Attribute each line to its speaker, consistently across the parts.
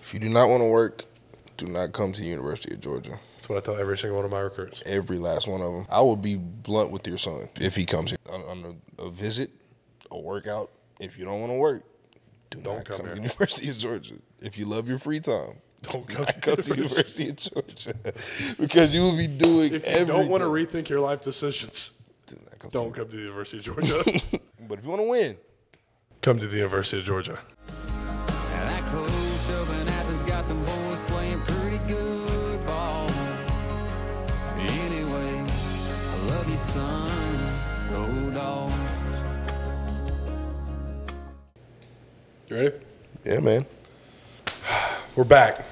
Speaker 1: If you do not want to work, do not come to the University of Georgia.
Speaker 2: That's what I tell every single one of my recruits.
Speaker 1: Every last one of them. I would be blunt with your son if he comes here on, on a, a visit, a workout. If you don't want to work, do
Speaker 2: Don't
Speaker 1: not
Speaker 2: come
Speaker 1: come, to
Speaker 2: here.
Speaker 1: the University of Georgia. If you love your free time,
Speaker 2: Don't
Speaker 1: do
Speaker 2: come
Speaker 1: not
Speaker 2: to
Speaker 1: come to the University of Georgia because you will be doing.
Speaker 2: If you don't want to
Speaker 1: everything.
Speaker 2: rethink your life decisions,
Speaker 1: do not come
Speaker 2: don't
Speaker 1: to
Speaker 2: come to the University of Georgia.
Speaker 1: But if you want to win,
Speaker 2: come to the University of Georgia.
Speaker 3: That coach up in Athens got them boys playing pretty good ball. Anyway, I love you, son. Go dogs.
Speaker 2: You ready?
Speaker 1: yeah, man.
Speaker 2: We're back.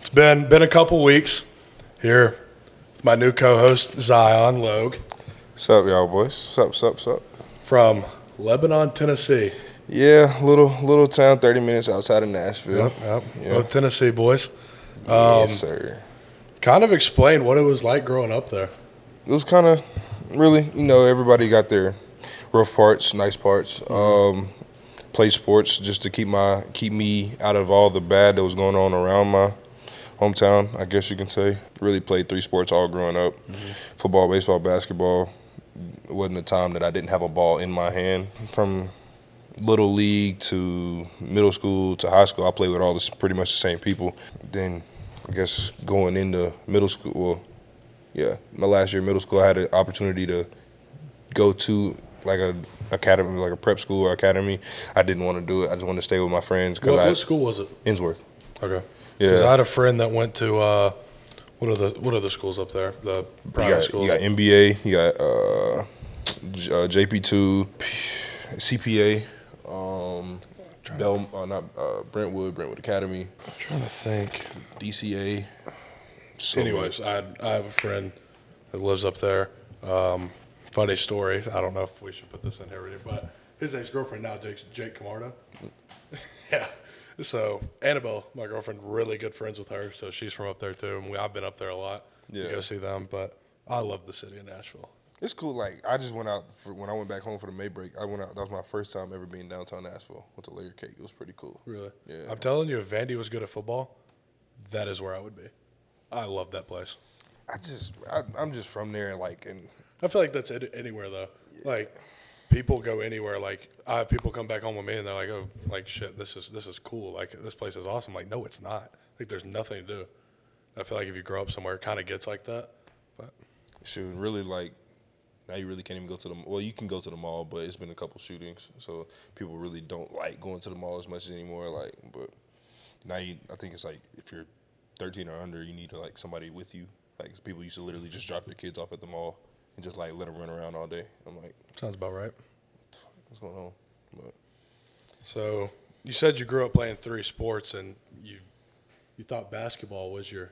Speaker 2: It's been been a couple weeks here with my new co-host Zion Logue
Speaker 1: What's up, y'all boys? Sup, sup, sup.
Speaker 2: from Lebanon, Tennessee.
Speaker 1: Yeah, little little town, thirty minutes outside of Nashville. Yeah.
Speaker 2: Both Tennessee boys.
Speaker 1: yes, sir.
Speaker 2: Kind of explain what it was like growing up there.
Speaker 1: It was kind of really, you know, everybody got their rough parts, nice parts. Um, played sports just to keep my keep me out of all the bad that was going on around my hometown. I guess you can say. Really played three sports all growing up:
Speaker 2: Mm-hmm.
Speaker 1: football, baseball, basketball. It wasn't a time that I didn't have a ball in my hand from little league to middle school to high school. I played with all this pretty much the same people. Then I guess going into middle school, well, yeah, my last year of middle school, I had an opportunity to go to like a academy, like a prep school or academy. I didn't want to do it. I just wanted to stay with my friends
Speaker 2: What,
Speaker 1: because
Speaker 2: what
Speaker 1: I
Speaker 2: school was it?
Speaker 1: Innsworth.
Speaker 2: Okay.
Speaker 1: Yeah.
Speaker 2: Because I had a friend that went to uh, what are the what are the schools up there? The
Speaker 1: You
Speaker 2: private
Speaker 1: got,
Speaker 2: schools.
Speaker 1: you got MBA. You got uh, J- uh, JP two, CPA, um, Bel, uh, not uh, Brentwood, Brentwood Academy,
Speaker 2: trying to think.
Speaker 1: DCA. So many.
Speaker 2: Anyways, I had, I have a friend that lives up there. Um, funny story. I don't know if we should put this in here, really, but his ex girlfriend now Jake's Jake Camardo. yeah. So Annabelle, my girlfriend, really good friends with her. So she's from up there too, and we, I've been up there a lot to
Speaker 1: Yeah.
Speaker 2: go see them. But I love the city of Nashville.
Speaker 1: It's cool. Like I just went out for, when I went back home for the May break. I went out. That was my first time ever being downtown Nashville. Went to Layer Cake. It was pretty cool.
Speaker 2: Really?
Speaker 1: Yeah.
Speaker 2: I'm telling you, if Vandy was good at football, that is where I would be. I love that place.
Speaker 1: I just I, I'm just from there. Like and
Speaker 2: I feel like that's it anywhere though. Like people go anywhere. Like I have people come back home with me and they're like, "Oh, like shit, this is this is cool. Like this place is awesome." Like no, it's not. Like there's nothing to do. I feel like if you grow up somewhere, it kind of gets like that. But
Speaker 1: shoot, really like now you really can't even go to the well. You can go to the mall, but it's been a couple shootings, so people really don't like going to the mall as much anymore. Like, but now you, I think it's like if you're 13 or under, you need to like somebody with you. Like people used to literally just drop their kids off at the mall and just like let them run around all day. I'm like,
Speaker 2: sounds about right.
Speaker 1: what's going on? But
Speaker 2: So you said you grew up playing three sports and you you thought basketball was your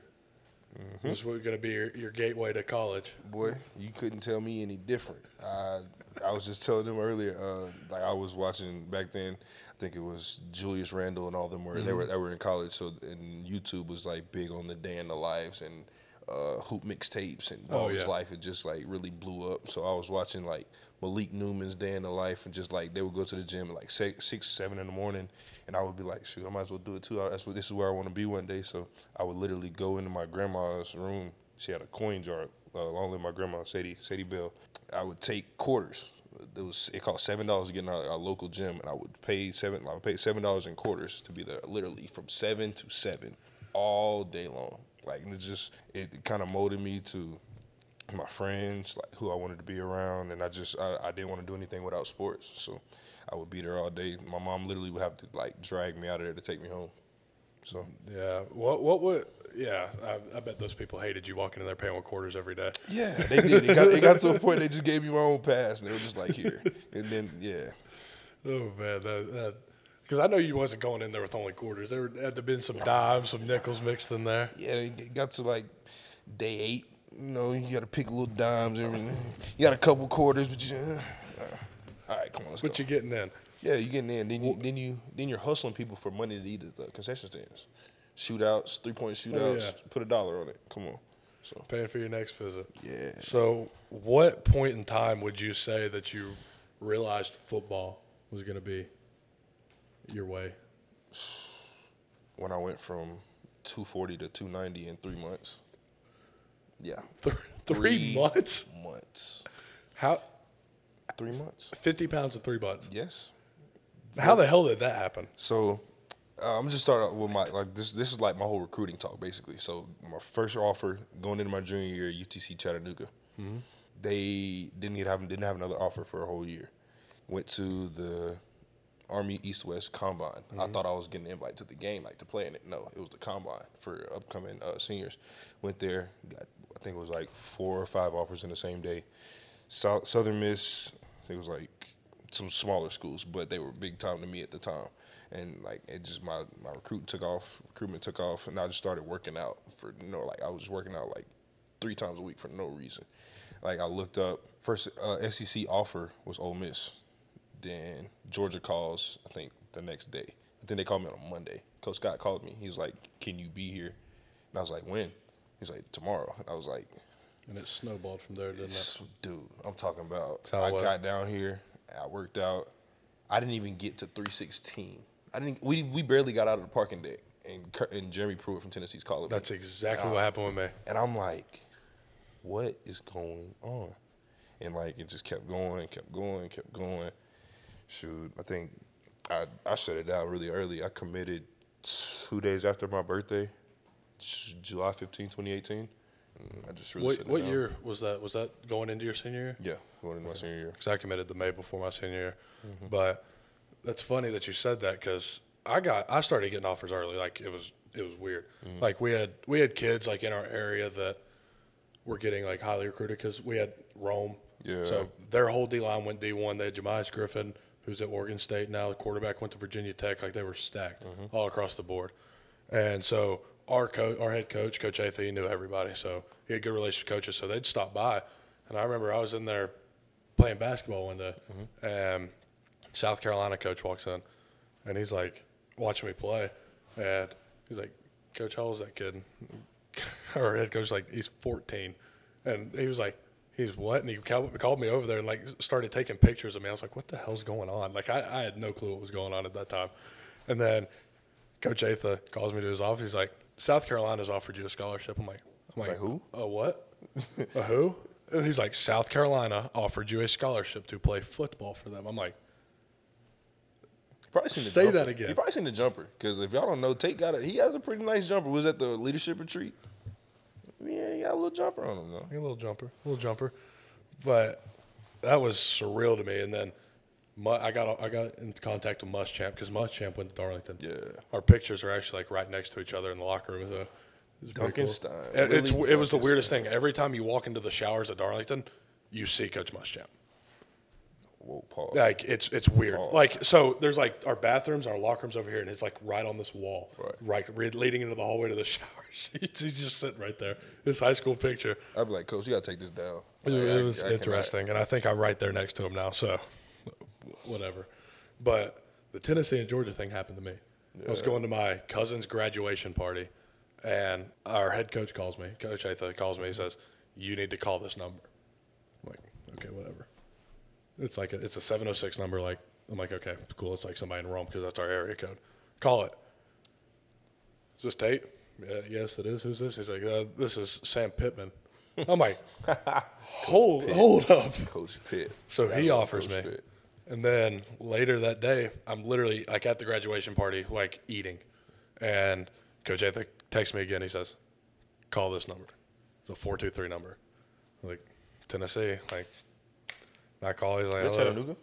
Speaker 2: was what going to be your, your gateway to college.
Speaker 1: Boy, you couldn't tell me any different. I I was just telling them earlier, uh, like I was watching back then. I think it was Julius Randle and all them were they were they were in college. So and YouTube was like big on the day in the lives and uh, hoop mixtapes and all his
Speaker 2: yeah.
Speaker 1: life. It just like really blew up. So I was watching like Malik Newman's day in the life and just like they would go to the gym at like six, six seven in the morning, and I would be like, shoot, I might as well do it too. I- That's what this is where I want to be one day. So I would literally go into my grandma's room. She had a coin jar. Uh, along with my grandma Sadie Sadie Bell, I would take quarters. It was it cost seven dollars to get in our, our local gym, and I would pay seven. I would pay seven dollars in quarters to be there, literally from seven to seven, all day long. Like and it just it kind of molded me to my friends, like who I wanted to be around, and I just I, I didn't want to do anything without sports, so I would be there all day. My mom literally would have to like drag me out of there to take me home. So
Speaker 2: Yeah. What what would yeah, I, I bet those people hated you walking in there paying with quarters every day.
Speaker 1: yeah, they did. It got, it got to a point they just gave me my own pass, and they were just like here, and then yeah,
Speaker 2: Oh man, that that because I know you wasn't going in there with only quarters. There had to have been some dimes, some nickels mixed in there.
Speaker 1: yeah, it got to like day eight. You know, you got to pick little dimes. and Everything. You got a couple quarters, but you. uh, all right, come on, let's
Speaker 2: What
Speaker 1: go.
Speaker 2: you getting in?
Speaker 1: yeah, you getting in. Then you, then you then you're hustling people for money to eat at the concession stands, shootouts, three point shootouts.
Speaker 2: yeah.
Speaker 1: Put a dollar on it. Come on. So
Speaker 2: Paying for your next visit.
Speaker 1: Yeah.
Speaker 2: So, what point in time would you say that you realized football was going to be your way?
Speaker 1: when I went from 240 to 290 in three months. Yeah,
Speaker 2: Three, three months?
Speaker 1: months,
Speaker 2: How?
Speaker 1: three months.
Speaker 2: 50 pounds in three months.
Speaker 1: Yes.
Speaker 2: How the hell did that happen?
Speaker 1: So uh, I'm just start out with my like this. This is like my whole recruiting talk basically. So my first offer going into my junior year, UTC Chattanooga. They didn't get have didn't have another offer for a whole year. Went to the Army East West Combine. I thought I was getting an invite to the game, like to play in it. No, it was the Combine for upcoming uh, seniors. Went there, got I think it was like four or five offers in the same day. South, Southern Miss, I think it was like some smaller schools, but they were big time to me at the time. And like it just my my recruiting took off, recruitment took off, and I just started working out for you know like I was working out like three times a week for no reason. Like I looked up first uh, SEC offer was Ole Miss, then Georgia calls I think the next day. I think they called me on a Monday. Coach Scott called me. He was like, "Can you be here?" And I was like, "When?" He's like, "Tomorrow." And I was like,
Speaker 2: And it snowballed from there, didn't
Speaker 1: it's, dude, I'm talking about.
Speaker 2: Tell
Speaker 1: I
Speaker 2: what?
Speaker 1: got down here. I worked out. I didn't even get to 316. I didn't. We we barely got out of the parking deck, and Cur- and Jeremy Pruitt from Tennessee's calling. me.
Speaker 2: That's exactly what happened with me.
Speaker 1: And I'm like, what is going on? And like it just kept going, kept going, kept going. Shoot, I think I I shut it down really early. I committed two days after my birthday, J- July 15, 2018. And Mm, I just really
Speaker 2: What,
Speaker 1: shut it
Speaker 2: what
Speaker 1: down.
Speaker 2: year was that? Was that going into your senior year?
Speaker 1: Yeah, going into my senior year.
Speaker 2: because I committed the May before my senior year. But that's funny that you said that because I got I started getting offers early. Like it was it was weird. Like we had we had kids like in our area that were getting like highly recruited because we had Rome.
Speaker 1: Yeah.
Speaker 2: So their whole D line went D one. They had Jamias Griffin, who's at Oregon State now. The quarterback went to Virginia Tech. Like they were stacked all across the board. And so our coach, our head coach, Coach Athey, he knew everybody. So he had good relationship with coaches. So they'd stop by. And I remember I was in there playing basketball one day. And South Carolina coach walks in and he's like watching me play. And he's like, Coach, how old is that kid? Our head coach was like, he's 14. And he was like, he's what? And he cal- called me over there and like started taking pictures of me. I was like, what the hell's going on? Like, I, I had no clue what was going on at that time. And then Coach Atha calls me to his office. He's like, South Carolina's offered you a scholarship. I'm like, I'm like,
Speaker 1: Like who?
Speaker 2: A what? a who? And he's like, South Carolina offered you a scholarship to play football for them. I'm like,
Speaker 1: You Probably seen the
Speaker 2: Say
Speaker 1: jumper.
Speaker 2: that again.
Speaker 1: You probably seen the jumper because if y'all don't know, Tate got a he has a pretty nice jumper. Was at the leadership retreat. Yeah, he got a little jumper on him though.
Speaker 2: a little jumper, a little jumper. But that was surreal to me. And then Mu- I got I got in contact with Muschamp because Muschamp went to Darlington.
Speaker 1: Yeah.
Speaker 2: our pictures are actually like right next to each other in the locker room. So it was pretty
Speaker 1: Duncan-stein.
Speaker 2: It, it's,
Speaker 1: Willie
Speaker 2: it was the weirdest
Speaker 1: Duncan-stein.
Speaker 2: thing. Every time you walk into the showers at Darlington, you see Coach Muschamp.
Speaker 1: Whoa, Paul.
Speaker 2: Like it's it's weird.
Speaker 1: Pause.
Speaker 2: Like so, there's like our bathrooms, our locker rooms over here, and it's like right on this wall,
Speaker 1: Right.
Speaker 2: re- leading into the hallway to the showers. He's just sitting right there. This high school picture.
Speaker 1: I'd be like, Coach, you gotta take this down.
Speaker 2: It,
Speaker 1: Like,
Speaker 2: it
Speaker 1: I-
Speaker 2: was
Speaker 1: I cannot-
Speaker 2: interesting, and I think I'm right there next to him now. So, whatever. But the Tennessee and Georgia thing happened to me. I was going to my cousin's graduation party, and our head coach calls me. Coach Atha calls me.
Speaker 1: Mm-hmm.
Speaker 2: He says, "You need to call this number." I'm like, "Okay, whatever." It's like a, it's a 706 number. Like I'm like, "Okay, cool." It's like somebody in Rome because that's our area code. Call it. Is this Tate? Yeah, yes, it is. Who's this? He's like, uh, this is Sam Pittman. I'm like, hold, hold up.
Speaker 1: Coach Pitt.
Speaker 2: So
Speaker 1: Gotta
Speaker 2: he
Speaker 1: love
Speaker 2: offers me.
Speaker 1: Coach Pitt.
Speaker 2: And then later that day, I'm literally like at the graduation party, like eating. And Coach Athick texts me again. He says, call this number. It's a 423 number. I'm like, Tennessee. Like, not call. He's like,
Speaker 1: Is that
Speaker 2: "Hello."
Speaker 1: Chattanooga?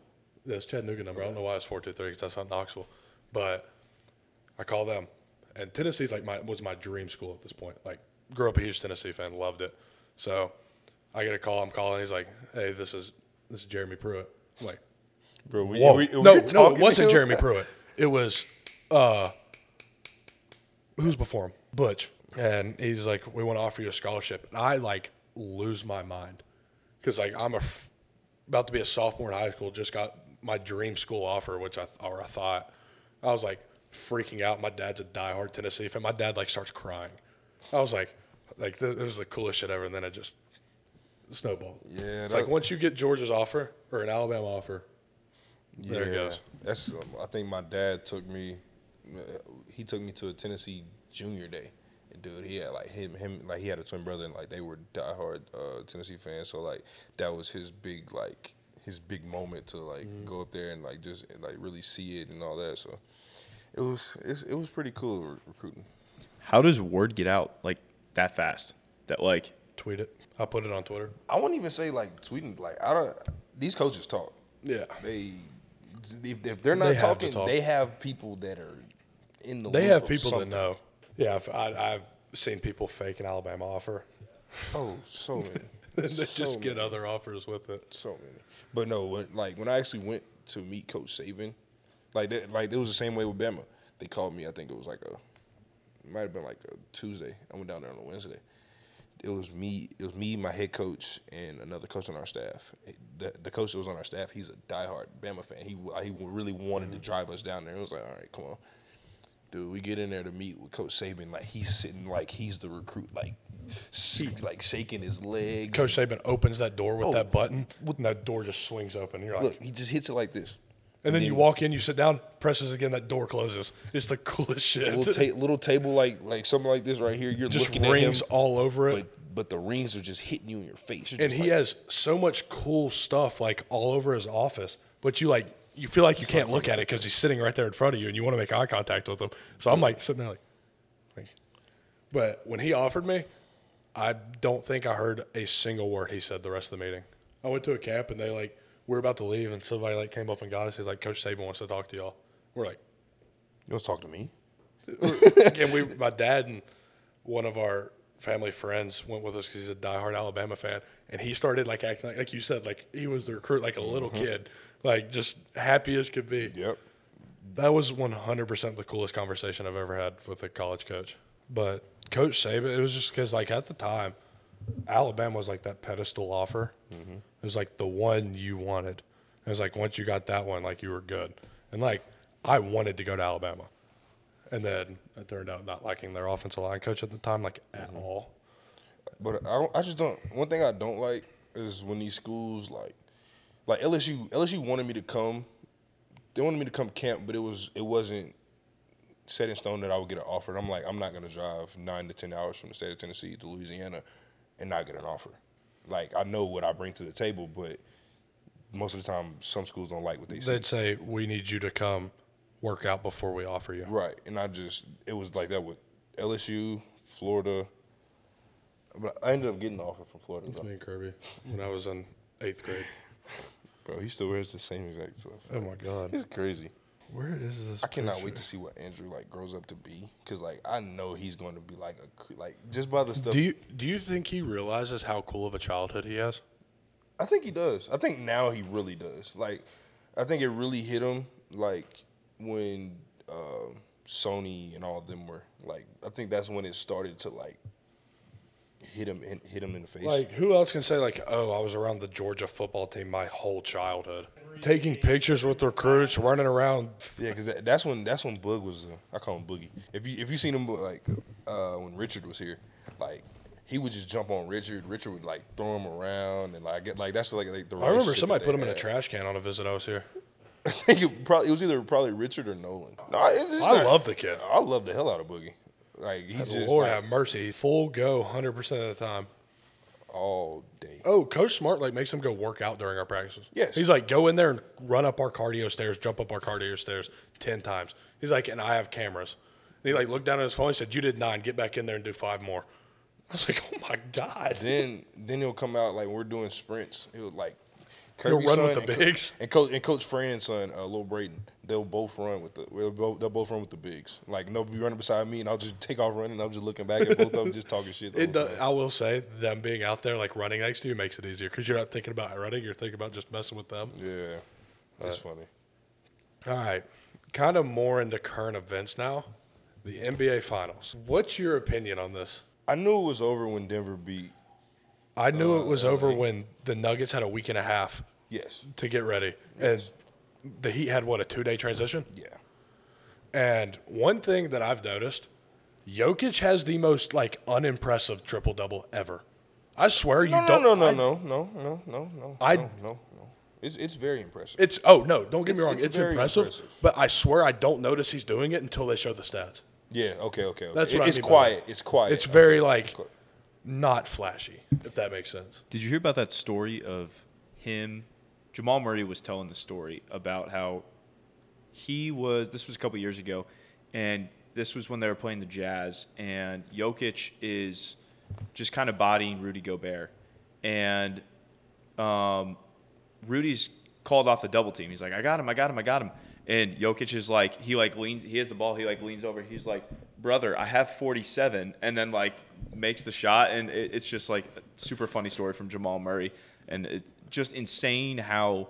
Speaker 2: That's Chattanooga number. I don't know why it's four two three because that's not Knoxville. But I call them, and Tennessee's like my was my dream school at this point. Like, grew up a huge Tennessee fan, loved it. So I get a call. I'm calling. He's like, "Hey, this is this is Jeremy Pruitt." I'm like,
Speaker 1: Bro, we,
Speaker 2: "Whoa,
Speaker 1: we- we
Speaker 2: no, no,
Speaker 1: talking
Speaker 2: it
Speaker 1: to
Speaker 2: wasn't
Speaker 1: him?
Speaker 2: Jeremy Pruitt. It was uh, who's before him, Butch." And he's like, "We want to offer you a scholarship." And I like lose my mind because like I'm a f- about to be a sophomore in high school. Just got my dream school offer, which I or I thought I was like freaking out. My dad's a diehard Tennessee fan. My dad like starts crying. I was like, like th- it was the coolest shit ever. And then I just snowballed.
Speaker 1: Yeah,
Speaker 2: it's
Speaker 1: that-
Speaker 2: like once you get Georgia's offer or an Alabama offer, there it
Speaker 1: Yeah.
Speaker 2: goes.
Speaker 1: That's. Um, I think my dad took me uh, he took me to a Tennessee junior day. And dude, he had like him, him, like he had a twin brother, and like they were diehard uh, Tennessee fans. So like that was his big, like his big moment to like go up there and like just like really see it and all that. So it was, it's, it was pretty cool re- recruiting.
Speaker 4: How does word get out like that fast? That like
Speaker 2: Tweet it. I'll put it on Twitter.
Speaker 1: I wouldn't even say like tweeting. Like I don't. These coaches talk.
Speaker 2: Yeah.
Speaker 1: They if, if they're not
Speaker 2: They have to
Speaker 1: talking,
Speaker 2: talk.
Speaker 1: they have people that are in the.
Speaker 2: They
Speaker 1: loop
Speaker 2: have
Speaker 1: of
Speaker 2: people that
Speaker 1: something.
Speaker 2: know. Yeah, I've, I, I've seen people fake an Alabama offer.
Speaker 1: Oh, so many.
Speaker 2: they
Speaker 1: so
Speaker 2: just get
Speaker 1: many,
Speaker 2: other offers with it.
Speaker 1: so many. But no, when, like when I actually went to meet Coach Saban, like that, like it was the same way with Bama. They called me. I think it was like a, it might have been like a Tuesday. I went down there on a Wednesday. It was me. It was me, my head coach, and another coach on our staff. The, the coach that was on our staff, he's a diehard Bama fan. He he really wanted to drive us down there. It was like, all right, come on. Dude, we get in there to meet with Coach Saban. Like he's sitting, like he's the recruit, like, sh- like shaking his legs.
Speaker 2: Coach Saban opens that door with
Speaker 1: Oh.
Speaker 2: that button, and that door just swings open. You're like,
Speaker 1: Look, he just hits it like this.
Speaker 2: and then you walk in, you sit down, presses again, that door closes. It's the coolest shit.
Speaker 1: Little, ta- little table like like something like this right here. You're
Speaker 2: just
Speaker 1: looking at him,
Speaker 2: rings all over it.
Speaker 1: but but the rings are just hitting you in your face. You're
Speaker 2: and
Speaker 1: just
Speaker 2: he
Speaker 1: like,
Speaker 2: has so much cool stuff like all over his office but you like you feel like you can't look at it because he's sitting right there in front of you and you want to make eye contact with him so i'm like sitting there like, like but when he offered me i don't think i heard a single word he said the rest of the meeting i went to a camp and they like we're about to leave and somebody like came up and got us he's like coach saban wants to talk to y'all we're like
Speaker 1: you don't talk to me.
Speaker 2: and we, my dad and one of our family friends went with us because he's a diehard Alabama fan, and he started like acting like, like you said, like he was the recruit, like a little kid, like just happy as could be.
Speaker 1: Yep.
Speaker 2: That was 100% the coolest conversation I've ever had with a college coach. But Coach Saban, it was just because, like, at the time, Alabama was like that pedestal offer. It was like the one you wanted. It was like once you got that one, like you were good. And like I wanted to go to Alabama, and then I turned out not liking their offensive line coach at the time, like at all.
Speaker 1: But I don't, I just don't. One thing I don't like is when these schools like like LSU LSU wanted me to come. They wanted me to come camp, but it was it wasn't set in stone that I would get an offer. And I'm like, I'm not gonna drive nine to ten hours from the state of Tennessee to Louisiana and not get an offer. Like I know what I bring to the table, but most of the time, some schools don't like what they see.
Speaker 2: They'd say we need you to come work out before we offer you.
Speaker 1: Right, and I just it was like that with LSU, Florida. But I ended up getting an offer from Florida.
Speaker 2: It's
Speaker 1: Though.
Speaker 2: me and Kirby when I was in eighth grade.
Speaker 1: Bro, he still wears the same exact stuff.
Speaker 2: Oh my god,
Speaker 1: It's crazy.
Speaker 2: where is this?
Speaker 1: I cannot wait to see what Andrew like grows up to be, cause like I know he's going to be like a cr- like just by the stuff.
Speaker 2: Do you do you think he realizes how cool of a childhood he has?
Speaker 1: I think he does. I think now he really does. Like, I think it really hit him like when uh, Sony and all of them were like. I think that's when it started to like hit him in, hit him in the face.
Speaker 2: Like who else can say like, "Oh, I was around the Georgia football team my whole childhood, taking pictures with recruits, running around."
Speaker 1: Yeah, because that, that's when that's when Bug was. Uh, I call him Boogie. If you if you seen him like uh, when Richard was here, like he would just jump on Richard. Richard would like throw him around and like get like that's like, like the.
Speaker 2: I remember
Speaker 1: relationship that
Speaker 2: somebody put
Speaker 1: they
Speaker 2: him in a
Speaker 1: had.
Speaker 2: trash can on a visit I was here.
Speaker 1: I think it probably it was either probably Richard or Nolan. No, I, it's
Speaker 2: I
Speaker 1: not-
Speaker 2: love the kid.
Speaker 1: I love the hell out of Boogie. Like he's just
Speaker 2: Lord
Speaker 1: like,
Speaker 2: have mercy, full go, hundred percent of the time.
Speaker 1: all day.
Speaker 2: Oh, Coach Smart like makes him go work out during our practices.
Speaker 1: Yes.
Speaker 2: he's like go in there and run up our cardio stairs, jump up our cardio stairs ten times. He's like, and I have cameras. And he like looked down at his phone. He said, "You did nine. Get back in there and do five more." I was like, "Oh my god!"
Speaker 1: Then then he'll come out like we're doing sprints. He'll like
Speaker 2: He'll
Speaker 1: Kirby's
Speaker 2: run
Speaker 1: son
Speaker 2: with the
Speaker 1: and Co-
Speaker 2: bigs.
Speaker 1: and coach and coach Fran's son, uh, Lil Braden. They'll both run with the they'll both, they'll both run with the bigs. Like nobody be running beside me, and I'll just take off running. I'm just looking back at both of them, just talking shit. the
Speaker 2: It
Speaker 1: whole
Speaker 2: does,
Speaker 1: time.
Speaker 2: I will say them being out there like running next to you makes it easier because you're not thinking about running. You're thinking about just messing with them.
Speaker 1: Yeah, that's funny.
Speaker 2: All right, kind of more into current events now. The NBA Finals. What's your opinion on this?
Speaker 1: I knew it was over when Denver beat.
Speaker 2: I knew it was over when the Nuggets had a week and a half
Speaker 1: Yes.
Speaker 2: to get ready, and the Heat had what a two-day transition.
Speaker 1: Yeah.
Speaker 2: And one thing that I've noticed, Jokic has the most like unimpressive triple double ever. I swear you
Speaker 1: No, no,
Speaker 2: don't.
Speaker 1: no, no,
Speaker 2: I-
Speaker 1: no, no, no, no, no.
Speaker 2: I-
Speaker 1: no, no, no. It's it's very impressive.
Speaker 2: It's oh no, don't get me
Speaker 1: It's-
Speaker 2: wrong,
Speaker 1: it's
Speaker 2: it's,
Speaker 1: very
Speaker 2: impressive,
Speaker 1: impressive.
Speaker 2: But I swear I don't notice he's doing it until they show the stats.
Speaker 1: yeah. Okay. Okay. okay.
Speaker 2: That's
Speaker 1: It-
Speaker 2: what I
Speaker 1: it's
Speaker 2: mean by
Speaker 1: quiet.
Speaker 2: that.
Speaker 1: It's quiet.
Speaker 2: It's very like not flashy, if that makes sense.
Speaker 4: Did you hear about that story of him? Jamal Murray was telling the story about how he was. This was a couple years ago, and this was when they were playing the Jazz, and Jokic is just kind of bodying Rudy Gobert, and um, Rudy's called off the double team. He's like, I got him, I got him, I got him. And Jokic is like, he like leans, he has the ball, he like leans over, he's like, brother, I have 47, and then like makes the shot, and it, it's just like a super funny story from Jamal Murray, and it's just insane how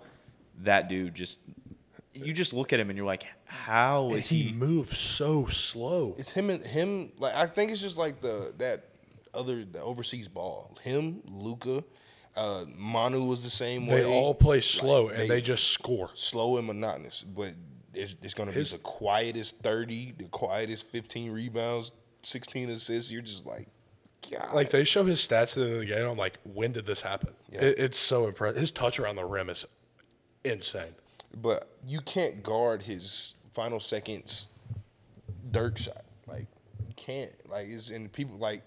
Speaker 4: that dude just, you just look at him and you're like, how is
Speaker 2: He
Speaker 4: he?
Speaker 2: moves so slow.
Speaker 1: it's him and him. Like I think it's just like the that other the overseas ball. Him, Luca, uh, Manu was the same way.
Speaker 2: They all play slow
Speaker 1: Like,
Speaker 2: and they just score.
Speaker 1: slow and monotonous, but it's, it's going to be
Speaker 2: His-
Speaker 1: the quietest thirty, the quietest fifteen rebounds, sixteen assists. You're just like, God.
Speaker 2: Like they show his stats at the end of the game. I'm like, when did this happen?
Speaker 1: Yeah.
Speaker 2: It, it's so impressive. His touch around the rim is insane.
Speaker 1: but you can't guard his final seconds Dirk shot. Like you can't. Like it's and people like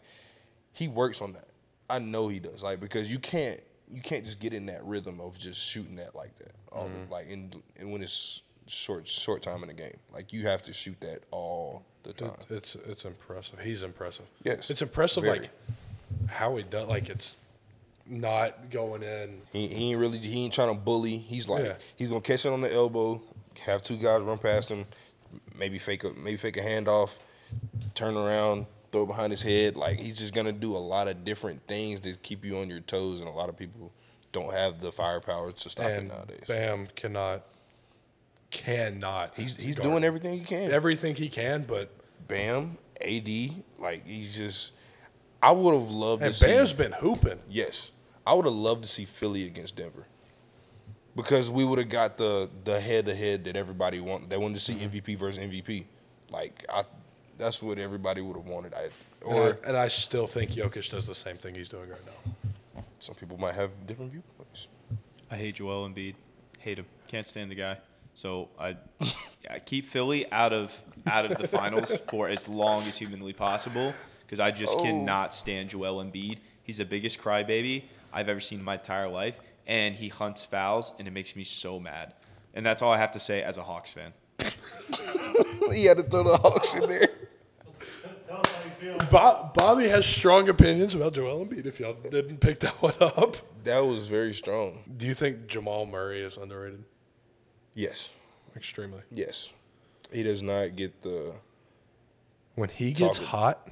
Speaker 1: he works on that. I know he does. Like because you can't you can't just get in that rhythm of just shooting that like that. All like and, and when it's short short time in the game. Like you have to shoot that all the time.
Speaker 2: It- It's it's impressive. He's impressive.
Speaker 1: Yes,
Speaker 2: it's impressive.
Speaker 1: very.
Speaker 2: Like how he does. Like it's not going in.
Speaker 1: He, he ain't really he ain't trying to bully. He's like
Speaker 2: Yeah.
Speaker 1: he's gonna catch it on the elbow, have two guys run past him, maybe fake a maybe fake a handoff, turn around, throw it behind his head. Like he's just gonna do a lot of different things to keep you on your toes, and a lot of people don't have the firepower to stop it
Speaker 2: and
Speaker 1: nowadays.
Speaker 2: Bam cannot cannot.
Speaker 1: he's he's
Speaker 2: guard
Speaker 1: doing everything he can.
Speaker 2: everything he can, but
Speaker 1: Bam, AD, like he's just. I would have loved
Speaker 2: and
Speaker 1: to
Speaker 2: Bam's
Speaker 1: see.
Speaker 2: been hooping.
Speaker 1: Yes, I would have loved to see Philly against Denver because we would have got the the head to head that everybody want. They wanted to see MVP versus MVP. Like I, that's what everybody would have wanted. I
Speaker 2: And I,
Speaker 1: or
Speaker 2: and I still think Jokic does the same thing he's doing right now.
Speaker 1: some people might have different viewpoints.
Speaker 4: I hate Joel Embiid, hate him, can't stand the guy. So I, I keep Philly out of out of the finals for as long as humanly possible because I just cannot stand Joel Embiid. He's the biggest crybaby I've ever seen in my entire life, and he hunts fouls, and it makes me so mad. And that's all I have to say as a Hawks fan.
Speaker 1: he had to throw the Hawks in there.
Speaker 2: Bob, Bobby has strong opinions about Joel Embiid. If y'all didn't pick that one up,
Speaker 1: That was very strong.
Speaker 2: do you think Jamal Murray is underrated?
Speaker 1: Yes,
Speaker 2: Extremely.
Speaker 1: yes. He does not get the.
Speaker 2: When he gets
Speaker 1: Talking.
Speaker 2: hot,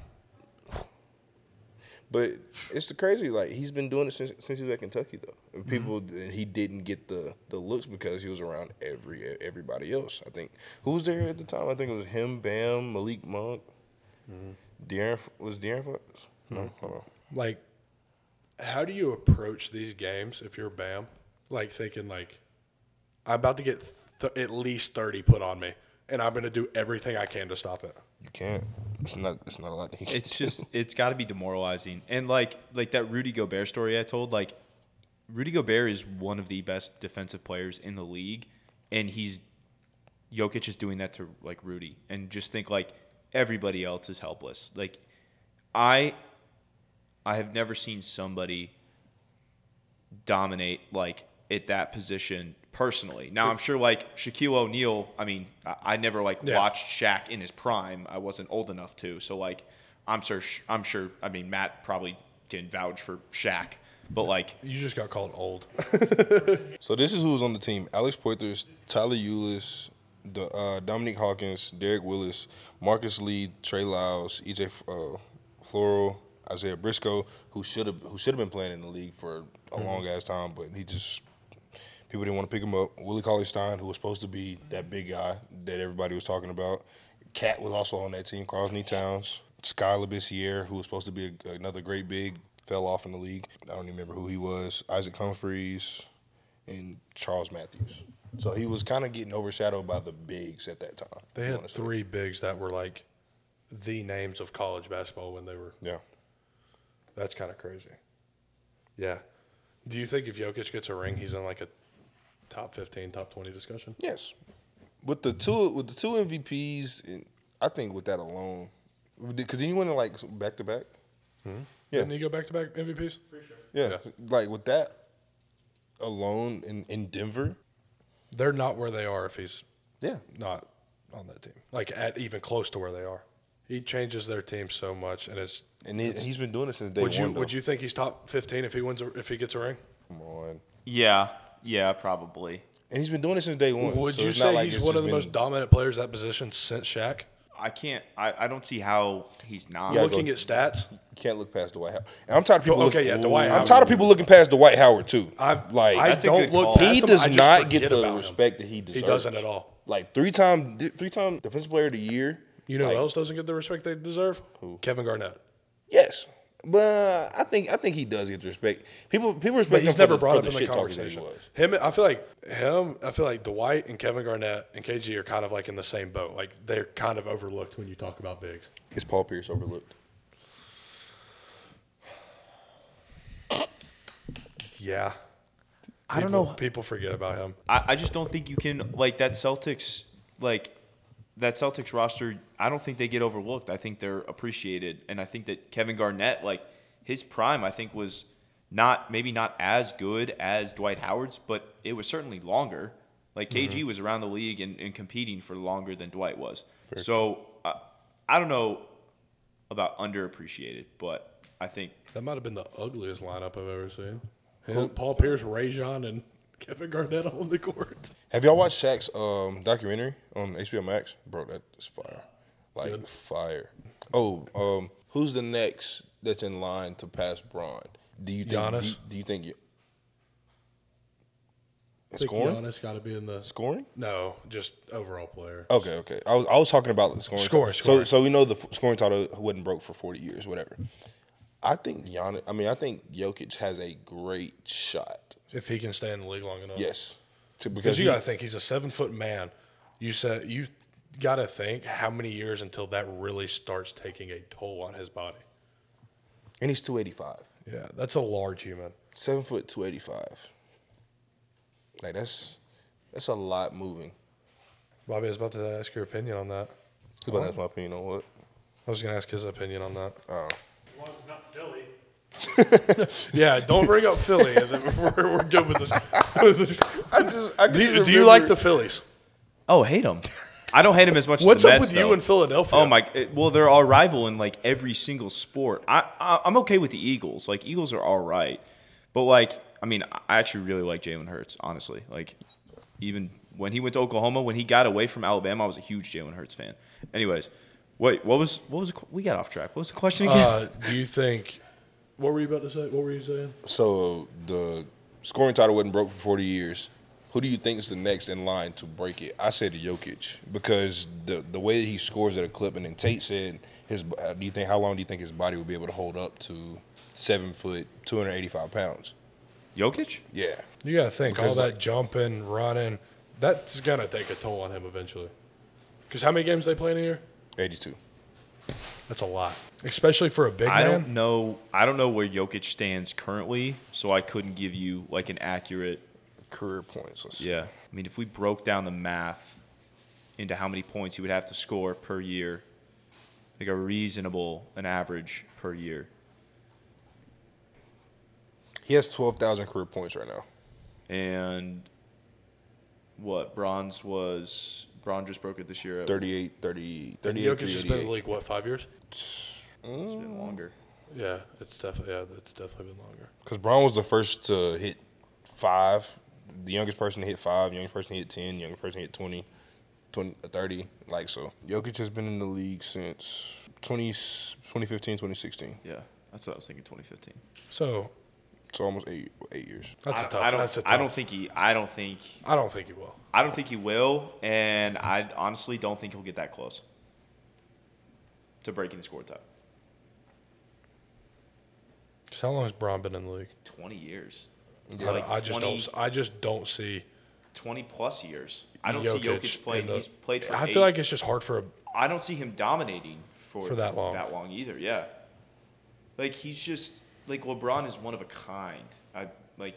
Speaker 1: But it's the crazy. Like he's been doing it since since he was at Kentucky, though. And People and he didn't get the the looks because he was around every everybody else. I think who was there at the time? I think it was him, Bam, Malik Monk, De'Aaron F was De'Aaron Fox. No, hold on.
Speaker 2: like, how do you approach these games if you're Bam? Like thinking like, I'm about to get th- at least thirty put on me, and I'm gonna do everything I can to stop it.
Speaker 1: You can't. It's not. It's not a lot. That he can
Speaker 4: It's
Speaker 1: do.
Speaker 4: just it's got to be demoralizing. And like like that Rudy Gobert story I told, like Rudy Gobert is one of the best defensive players in the league, and he's Jokic is doing that to like Rudy, and just think like everybody else is helpless. Like I I have never seen somebody dominate like at that position personally. Now I'm sure like Shaquille O'Neal. I mean, I, I never like
Speaker 2: Yeah.
Speaker 4: watched Shaq in his prime. I wasn't old enough to. So like, I'm sure. I'm sure. I mean, Matt probably didn't vouch for Shaq, but like,
Speaker 2: You just got called old.
Speaker 1: So this is who was on the team: Alex Poitras, Tyler Eulis, D- uh, Dominic Hawkins, Derek Willis, Marcus Lee, Trey Lyles, EJ F- uh, Floral, Isaiah Briscoe, who should have who should have been playing in the league for a long ass time, but he just people didn't want to pick him up. Willie Cauley Stein, who was supposed to be that big guy that everybody was talking about, Cat was also on that team. Carl Towns, Sky Labissiere, who was supposed to be a, another great big, fell off in the league. I don't even remember who he was. Isaac Humphreys and Charles Matthews. So he was kind of getting overshadowed by the bigs at that time.
Speaker 2: They
Speaker 1: you
Speaker 2: had
Speaker 1: wanna say.
Speaker 2: three bigs that were like the names of college basketball when they were.
Speaker 1: Yeah.
Speaker 2: That's kind of crazy. Yeah. Do you think if Jokic gets a ring, he's in like a top fifteen, top twenty discussion.
Speaker 1: Yes, with the two with the two MVPs, and I think with that alone, because then you went in, like back to back. Yeah.
Speaker 2: Didn't he go back to back MVPs?
Speaker 1: Yeah,
Speaker 2: Yeah.
Speaker 1: like with that alone in in Denver.
Speaker 2: They're not where they are if he's
Speaker 1: Yeah,
Speaker 2: not on that team. Like at even close to where they are. He changes their team so much, and it's.
Speaker 1: and it, he's been doing it since day
Speaker 2: Would you
Speaker 1: one. though.
Speaker 2: would you think he's top fifteen if he wins a, if he gets a ring?
Speaker 1: Come on.
Speaker 4: Yeah, yeah, probably.
Speaker 1: And he's been doing it since day one.
Speaker 2: Would
Speaker 1: so
Speaker 2: you
Speaker 1: it's not
Speaker 2: say
Speaker 1: like
Speaker 2: he's
Speaker 1: it's
Speaker 2: one
Speaker 1: just
Speaker 2: of the
Speaker 1: been-
Speaker 2: most dominant players at position since Shaq?
Speaker 4: I can't. I, I don't see how he's not.
Speaker 1: Yeah,
Speaker 2: Looking at stats,
Speaker 1: You can't look past Dwight Howard. And I'm tired of people.
Speaker 2: Okay,
Speaker 1: looking,
Speaker 2: yeah, Dwight
Speaker 1: I'm
Speaker 2: Howard.
Speaker 1: tired of people looking past Dwight Howard too.
Speaker 2: I
Speaker 1: like
Speaker 2: I
Speaker 4: That's a
Speaker 2: don't
Speaker 4: good
Speaker 2: look.
Speaker 4: call.
Speaker 2: past
Speaker 1: he
Speaker 2: him, I
Speaker 1: does
Speaker 2: just
Speaker 1: not get
Speaker 2: forget about
Speaker 1: the
Speaker 2: him.
Speaker 1: respect that he deserves.
Speaker 2: He doesn't at all.
Speaker 1: Like three time, three time defensive player of the year.
Speaker 2: You know
Speaker 1: like,
Speaker 2: who else doesn't get the respect they deserve? Kevin Garnett.
Speaker 1: Yes, but I think I think he does get the respect. People people respect
Speaker 2: But he's
Speaker 1: him for
Speaker 2: never
Speaker 1: the,
Speaker 2: brought
Speaker 1: for
Speaker 2: up
Speaker 1: the
Speaker 2: in the
Speaker 1: shit talking that he
Speaker 2: conversation.
Speaker 1: was.
Speaker 2: Him, I feel like him. I feel like Dwight and Kevin Garnett and KG are kind of like in the same boat. Like they're kind of overlooked when you talk about bigs.
Speaker 1: Is Paul Pierce overlooked?
Speaker 2: Yeah,
Speaker 4: I don't
Speaker 2: People-
Speaker 4: know.
Speaker 2: People forget about him.
Speaker 4: I, I just don't think you can like that Celtics like that Celtics roster. I don't think they get overlooked. I think they're appreciated, and I think that Kevin Garnett, like his prime, I think was not maybe not as good as Dwight Howard's, but it was certainly longer. Like KG was around the league and, and competing for longer than Dwight was. So I, I don't know about underappreciated, but I think
Speaker 2: That might have been the ugliest lineup I've ever seen. Him, Paul Pierce, Rajon, and Kevin Garnett on the court.
Speaker 1: Have y'all watched Shaq's um, documentary on HBO Max? Bro, that's fire. Like fire. Oh, um, who's the next that's in line to pass Braun? Do you think
Speaker 2: Giannis?
Speaker 1: Do, you- do you think you
Speaker 2: I think
Speaker 1: scoring?
Speaker 2: Giannis got to be in the
Speaker 1: Scoring?
Speaker 2: no, just overall player.
Speaker 1: Okay, okay. I was I was talking about the scoring.
Speaker 2: Scoring,
Speaker 1: title.
Speaker 2: scoring.
Speaker 1: So so we know the f- scoring title wasn't broke for 40 years, whatever. I think Giannis, I mean, I think Jokic has a great shot.
Speaker 2: If he can stay in the league long enough,
Speaker 1: Yes. To- because
Speaker 2: Because you
Speaker 1: he-
Speaker 2: got to think he's a seven foot man. You said you got to think how many years until that really starts taking a toll on his body.
Speaker 1: and he's 285.
Speaker 2: Yeah, that's a large human.
Speaker 1: Seven foot two eighty five. Like that's that's a lot moving.
Speaker 2: Bobby, I was about to ask your opinion on that.
Speaker 1: Who's about to ask my opinion on what?
Speaker 2: I was going to ask his opinion on that.
Speaker 5: As long as it's not Philly.
Speaker 2: Yeah, don't bring up Philly. we're, we're good with this.
Speaker 1: I just I
Speaker 2: do, you, do you like the Phillies?
Speaker 4: oh hate him. I don't hate him as much.
Speaker 2: What's
Speaker 4: as the
Speaker 2: up
Speaker 4: Mets,
Speaker 2: with you
Speaker 4: though.
Speaker 2: in Philadelphia?
Speaker 4: Oh my! it- Well, they're our rival in like every single sport. I, I I'm okay with the Eagles. Like Eagles are all right, but like I mean, I actually really like Jalen Hurts. Honestly, like even when he went to Oklahoma, when he got away from Alabama, I was a huge Jalen Hurts fan. Anyways, wait, what was what was the, qu- we got off track? What was the question again?
Speaker 2: Uh, do you think? What were you about to say? What were you saying?
Speaker 1: So the scoring title wasn't broke for forty years. Who do you think is the next in line to break it? I said Jokic because the the way that he scores at a clip, and then Tate said his. uh, Do you think how long do you think his body will be able to hold up to seven foot two hundred eighty five pounds?
Speaker 4: Jokic?
Speaker 1: Yeah,
Speaker 2: You got to think
Speaker 1: Because,
Speaker 2: all
Speaker 1: like-
Speaker 2: that jumping, running, that's gonna take a toll on him eventually. Because how many games they play in a year?
Speaker 1: eighty two.
Speaker 2: That's a lot, especially for a big
Speaker 4: I
Speaker 2: man.
Speaker 4: don't know. I don't know where Jokic stands currently, so I couldn't give you like an accurate
Speaker 1: Career points. Let's
Speaker 4: Yeah. I mean, if we broke down the math into how many points he would have to score per year, like a reasonable, an average per year,
Speaker 1: He has twelve thousand career points right now.
Speaker 4: and what bronze was Bron just broke it this year. at-
Speaker 1: 38, 30,
Speaker 2: And
Speaker 1: 38,
Speaker 2: Jokic has been in the
Speaker 1: 388.
Speaker 2: league what five years?
Speaker 4: It's been longer.
Speaker 2: Yeah, it's definitely yeah, it's definitely been longer.
Speaker 1: Because Braun was the first to hit five, the youngest person to hit five, youngest person to hit 10, youngest person to hit 20, 20 uh, 30. Like, so Jokic has been in the league since 20, 2015, 2016.
Speaker 4: Yeah, that's what I was thinking. 2015.
Speaker 2: So
Speaker 1: So almost eight eight years.
Speaker 2: that's a tough.
Speaker 4: I, I don't.
Speaker 2: that's a tough.
Speaker 4: I don't think he. I don't think.
Speaker 2: I don't think he will.
Speaker 4: I don't think he will, and I honestly don't think he'll get that close to breaking the score top.
Speaker 2: 'Cause how long has Braun been in the league?
Speaker 4: 20 years.
Speaker 2: I, don't- I just
Speaker 4: 20
Speaker 2: don't. I just don't see.
Speaker 4: 20 plus years. I don't see
Speaker 2: Jokic
Speaker 4: Jokic
Speaker 2: in
Speaker 4: playing.
Speaker 2: the-
Speaker 4: He's played for.
Speaker 2: I
Speaker 4: eight.
Speaker 2: feel like it's just hard for a.
Speaker 4: I don't see him dominating for,
Speaker 2: For that long.
Speaker 4: That long either. Yeah. Like he's just like LeBron is one of a kind. I like.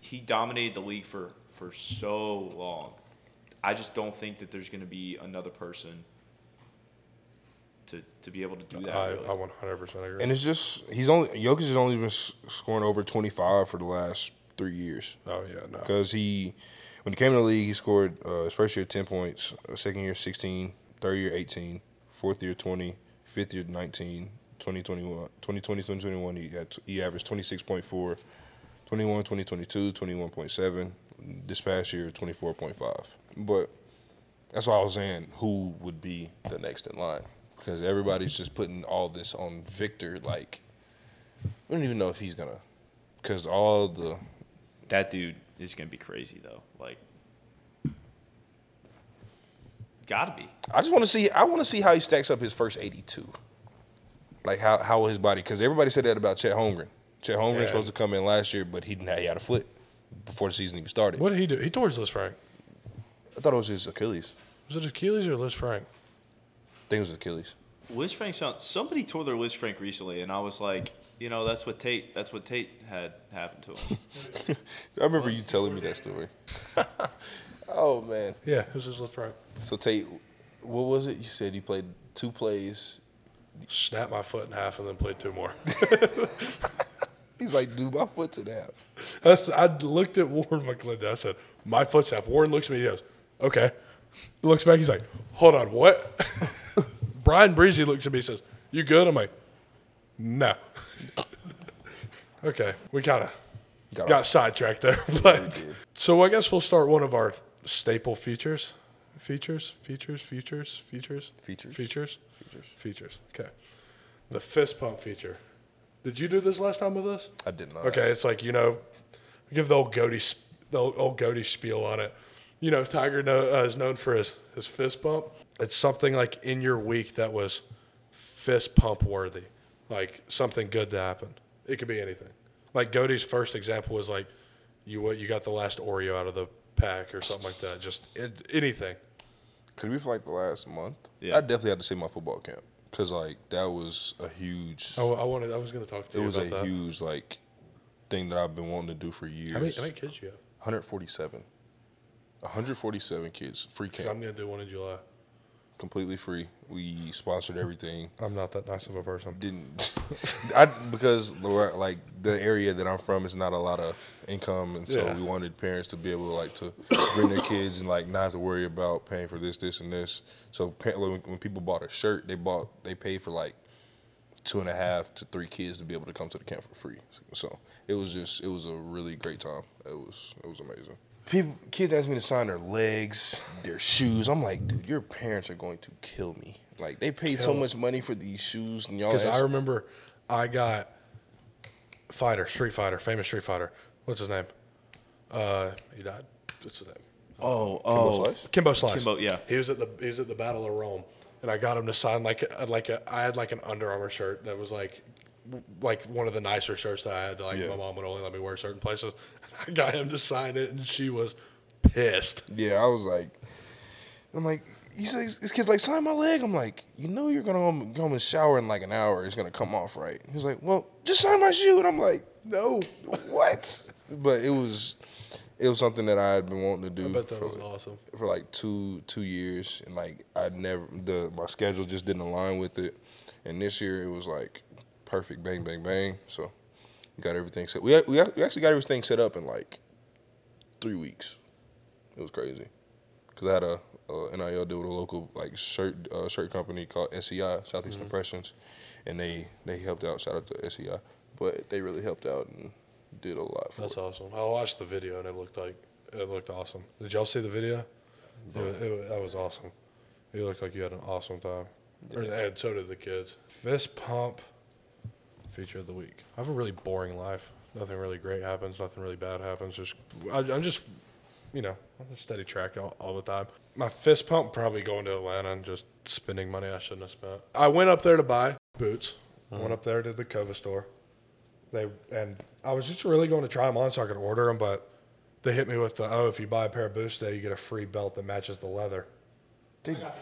Speaker 4: he dominated the league for for so long. I just don't think that there's going to be another person to to be able to do that.
Speaker 2: I,
Speaker 4: really.
Speaker 2: I 100% agree.
Speaker 1: And it's just he's only Jokic has only been s- scoring over twenty five for the last three years.
Speaker 2: oh, yeah, no.
Speaker 1: because he when he came to the league he scored uh, his first year 10 points uh, second year 16 third year 18 fourth year 20 fifth year 19 2021 2020 2021 he, had, he averaged 26.4 21 2022 21.7 this past year 24.5 but that's why I was saying who would be the next in line because everybody's just putting all this on Victor like we don't even know if he's gonna because all the
Speaker 4: That dude is going to be crazy though. Like, gotta be.
Speaker 1: I just want to see. I want to see how he stacks up his first eighty-two. Like how how will his body? Because everybody said that about Chet Holmgren. Chet Holmgren
Speaker 2: Yeah.
Speaker 1: was supposed to come in last year, but he didn't. He had a foot before the season even started.
Speaker 2: What did he do? He tore his Liz Frank.
Speaker 1: I thought it was his Achilles.
Speaker 2: Was it Achilles or Liz Frank?
Speaker 1: I think it was Achilles.
Speaker 4: Liz Frank sound somebody tore their Liz Frank recently, and I was like, you know, that's what Tate. That's what Tate had happened to him.
Speaker 1: I remember you telling me that story. oh man.
Speaker 2: Yeah, it was his Liz Frank.
Speaker 1: So Tate, what was it? You said you played two plays.
Speaker 2: Snapped my foot in half and then played two more.
Speaker 1: He's like, dude, my foot's in half.
Speaker 2: I looked at Warren McGlindy. I said, my foot's half. Warren looks at me. He goes, okay. Looks back. He's like, hold on, what? Brian Breezy looks at me. and says, you good? I'm like, no. okay, we kind of
Speaker 1: Got
Speaker 2: got,
Speaker 1: off.
Speaker 2: sidetracked there. But so I guess we'll start one of our staple features. Features, features, features, features,
Speaker 1: Features.
Speaker 2: features, features, features. Okay, the fist pump feature. Did you do this last time with us?
Speaker 1: I did not.
Speaker 2: Okay, it's like you know, give the old goatee sp- the old, old goatee spiel on it. You know, Tiger kno- uh, is known for his his fist pump. It's something like in your week that was fist pump worthy, like something good to happen. It could be anything. Like Goatee's first example was like, you what you got the last Oreo out of the pack or something like that. Just it, anything.
Speaker 1: Could we for like the last month?
Speaker 4: Yeah.
Speaker 1: I definitely had to say my football camp because like that was a huge.
Speaker 2: Oh, I wanted. I was gonna talk to
Speaker 1: It
Speaker 2: you
Speaker 1: was a
Speaker 2: about that.
Speaker 1: huge like thing that I've been wanting to do for years.
Speaker 2: how, many, how many kids you have?
Speaker 1: 147. 147 kids, free
Speaker 2: 'Cause
Speaker 1: camp,
Speaker 2: I'm gonna do one in July.
Speaker 1: completely free. We sponsored everything.
Speaker 2: I'm not that nice of a person.
Speaker 1: Didn't I because Lora- like the area that I'm from is not a lot of income, and so
Speaker 2: Yeah.
Speaker 1: we wanted parents to be able to like to bring their kids and like not have to worry about paying for this, this, and this. So pa- when, when people bought a shirt, they bought they paid for like two and a half to three kids to be able to come to the camp for free. So it was just it was a really great time. It was it was amazing. People kids ask me to sign their legs, their shoes. I'm like, dude, your parents are going to kill me. Like they paid so much money for these shoes and y'all.
Speaker 2: Because I
Speaker 1: ask-
Speaker 2: remember I got fighter, Street Fighter, famous Street Fighter. What's his name? Uh, he died. What's his name?
Speaker 4: Oh,
Speaker 1: Kimbo
Speaker 4: oh,
Speaker 1: Slice?
Speaker 2: Kimbo Slice.
Speaker 4: Kimbo, yeah.
Speaker 2: He was at the he was at the Battle of Rome, and I got him to sign like a, like a I had like an Under Armour shirt that was like w- like one of the nicer shirts that I had. That, like
Speaker 1: Yeah.
Speaker 2: my mom would only let me wear certain places. And I got him to sign it, and she was pissed.
Speaker 1: Yeah, I was like, I'm like, he says this kid's like sign my leg. I'm like, you know, you're gonna home- go home and shower in like an hour. It's gonna come off right. He's like, well, just sign my shoe. And I'm like, no, what? But it was, it was something that I had been wanting to do.
Speaker 2: I bet that
Speaker 1: for,
Speaker 2: was awesome.
Speaker 1: for like two two years, and like I never the my schedule just didn't align with it. And this year it was like perfect, bang bang bang. So we got everything set. We we we actually got everything set up in like three weeks. It was crazy because I had a, a NIL deal with a local like shirt uh, shirt company called SEI Southeast Impressions, and they they helped out. Shout out to SEI, but they really helped out and did a lot for
Speaker 2: That's
Speaker 1: it.
Speaker 2: awesome. I watched the video and it looked like it looked awesome. Did y'all see the video? It, wa- it, wa- that was awesome. You looked like you had an awesome time, Or- and so did the kids. Fist pump feature of the week. I have a really boring life. Nothing really great happens. Nothing really bad happens. Just I, I'm just, you know, I'm a steady track all, all the time. My fist pump probably going to Atlanta and just spending money I shouldn't have spent. I went up there to buy boots. I Went up there to the Cova store they and I was just really going to try them on so I could order them, but they hit me with the oh, if you buy a pair of boots today, you get a free belt that matches the leather.
Speaker 5: I got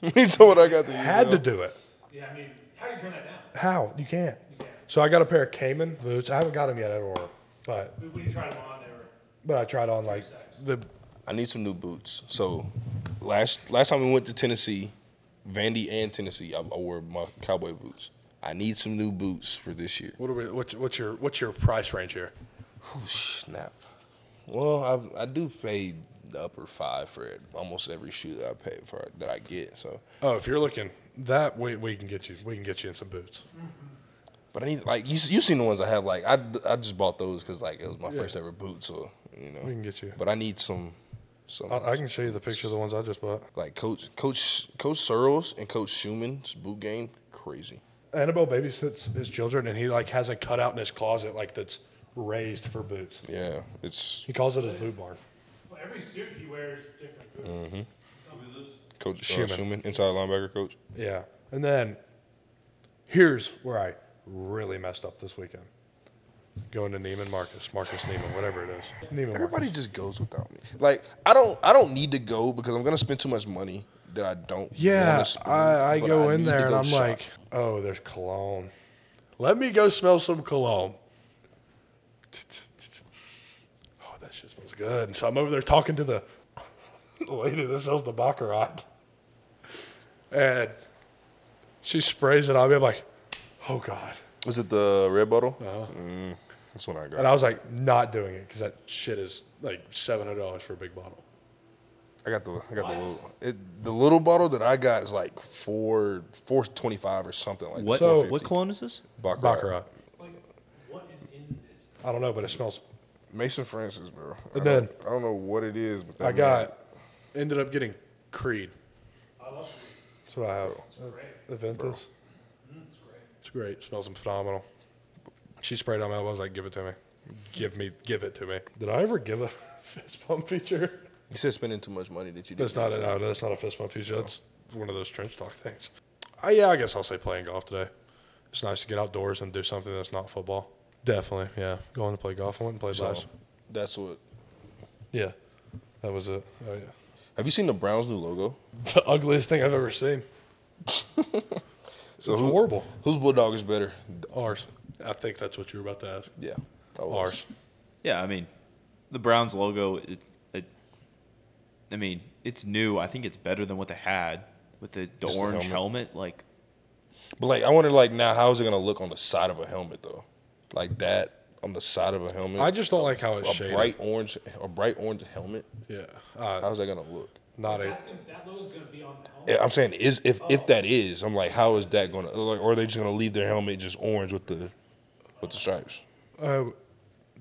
Speaker 5: the email.
Speaker 1: so what I got to
Speaker 2: Had to do it.
Speaker 5: Yeah, I mean, how do you turn that down?
Speaker 2: How you can't?
Speaker 5: Yeah.
Speaker 2: So I got a pair of Cayman boots. I haven't got them yet at order, but
Speaker 5: When you tried them on, they were
Speaker 2: But I tried on like the
Speaker 1: I need some new boots. So last last time we went to Tennessee, Vandy and Tennessee, I, I wore my cowboy boots. I need some new boots for this year.
Speaker 2: what are we what's, what's your what's your price range here?
Speaker 1: Oh, snap. Well, I I do pay the upper five for it. Almost every shoe that I pay for that I get. So,
Speaker 2: Oh, if you're looking that we we can get you we can get you in some boots.
Speaker 1: but I need like you you seen the ones I have. Like I, I just bought those because like it was my first ever boot. So you know
Speaker 2: We can get you.
Speaker 1: But I need some some.
Speaker 2: I, I can show you the picture of the ones I just bought.
Speaker 1: like coach coach coach Searles and coach Schumann's boot game crazy.
Speaker 2: Annabelle babysits his children and he like has a cutout in his closet like that's raised for boots.
Speaker 1: Yeah, it's
Speaker 2: He calls it his boot barn.
Speaker 5: Well, every suit he wears different boots.
Speaker 1: coach Schumann,
Speaker 2: Schumann.
Speaker 1: uh, Schumann inside linebacker coach.
Speaker 2: Yeah. And then here's where I really messed up this weekend. Going to Neiman Marcus, Marcus Neiman, whatever it is. Neiman
Speaker 1: Everybody just goes without me. Like I don't I don't need to go because I'm gonna spend too much money that I don't.
Speaker 2: Yeah,
Speaker 1: wanna spend,
Speaker 2: I, I
Speaker 1: but
Speaker 2: go in
Speaker 1: need to
Speaker 2: there and
Speaker 1: go
Speaker 2: I'm
Speaker 1: shop.
Speaker 2: like, oh, there's cologne. Let me go smell some cologne. Oh, that shit smells good. And so I'm over there talking to the the lady that sells the baccarat, and she sprays it on me. I'm like, oh god.
Speaker 1: was it the red bottle? Mm,
Speaker 2: Uh-huh.
Speaker 1: That's what I got.
Speaker 2: And I was like, not doing it because that shit is like seven hundred dollars for a big bottle.
Speaker 1: I got the I got the little it, the little bottle that I got is like four four twenty five or something like
Speaker 4: What
Speaker 1: that.
Speaker 4: what cologne is this?
Speaker 1: Baccarat.
Speaker 2: Baccarat.
Speaker 5: Like, what is in this?
Speaker 2: I don't know, but it smells
Speaker 1: Mason Francis, bro. I
Speaker 2: And
Speaker 1: don't,
Speaker 2: then-
Speaker 1: I don't know what it is, but that
Speaker 2: I
Speaker 1: man-
Speaker 2: got ended up getting Creed.
Speaker 5: I love it.
Speaker 2: That's what I have. Aventus.
Speaker 5: Mm, It's great.
Speaker 2: It's great. Smells phenomenal. She sprayed on my elbow. I was like, "Give it to me. Give me. Give it to me." Did I ever give a fist pump feature?
Speaker 1: You said spending too much money that you didn't.
Speaker 2: That's not a, no. That's not a fist pump feature. That's one of those trench talk things. Uh, yeah, I guess I'll say playing golf today. It's nice to get outdoors and do something that's not football. Definitely, yeah. Going to play golf. I went and played
Speaker 1: So,
Speaker 2: last.
Speaker 1: that's what.
Speaker 2: Yeah, that was it. Oh yeah.
Speaker 1: Have you seen the Browns' new logo?
Speaker 2: The ugliest thing I've ever seen.
Speaker 1: So
Speaker 2: it's
Speaker 1: who-
Speaker 2: horrible.
Speaker 1: Whose bulldog is better?
Speaker 2: Ours. I think that's what you were about to ask.
Speaker 1: Yeah, I was.
Speaker 2: Ours.
Speaker 4: Yeah, I mean, the Browns logo. It, it, I mean, it's new. I think it's better than what they had with the, the
Speaker 1: Just the
Speaker 4: orange
Speaker 1: helmet.
Speaker 4: helmet. Like,
Speaker 1: But like, I wonder, like, now how is it gonna look on the side of a helmet though? Like that on the side of a helmet.
Speaker 2: I just don't like how it's
Speaker 1: a
Speaker 2: shaded.
Speaker 1: bright orange, a bright orange helmet.
Speaker 2: Yeah. Uh,
Speaker 1: How's that gonna look?
Speaker 2: not a
Speaker 5: That's gonna, that logo's gonna be on the helmet.
Speaker 1: Yeah, I'm saying is if if that is, I'm like, how is that gonna? Like, or are they just gonna leave their helmet just orange with the with the stripes?
Speaker 2: I'm uh,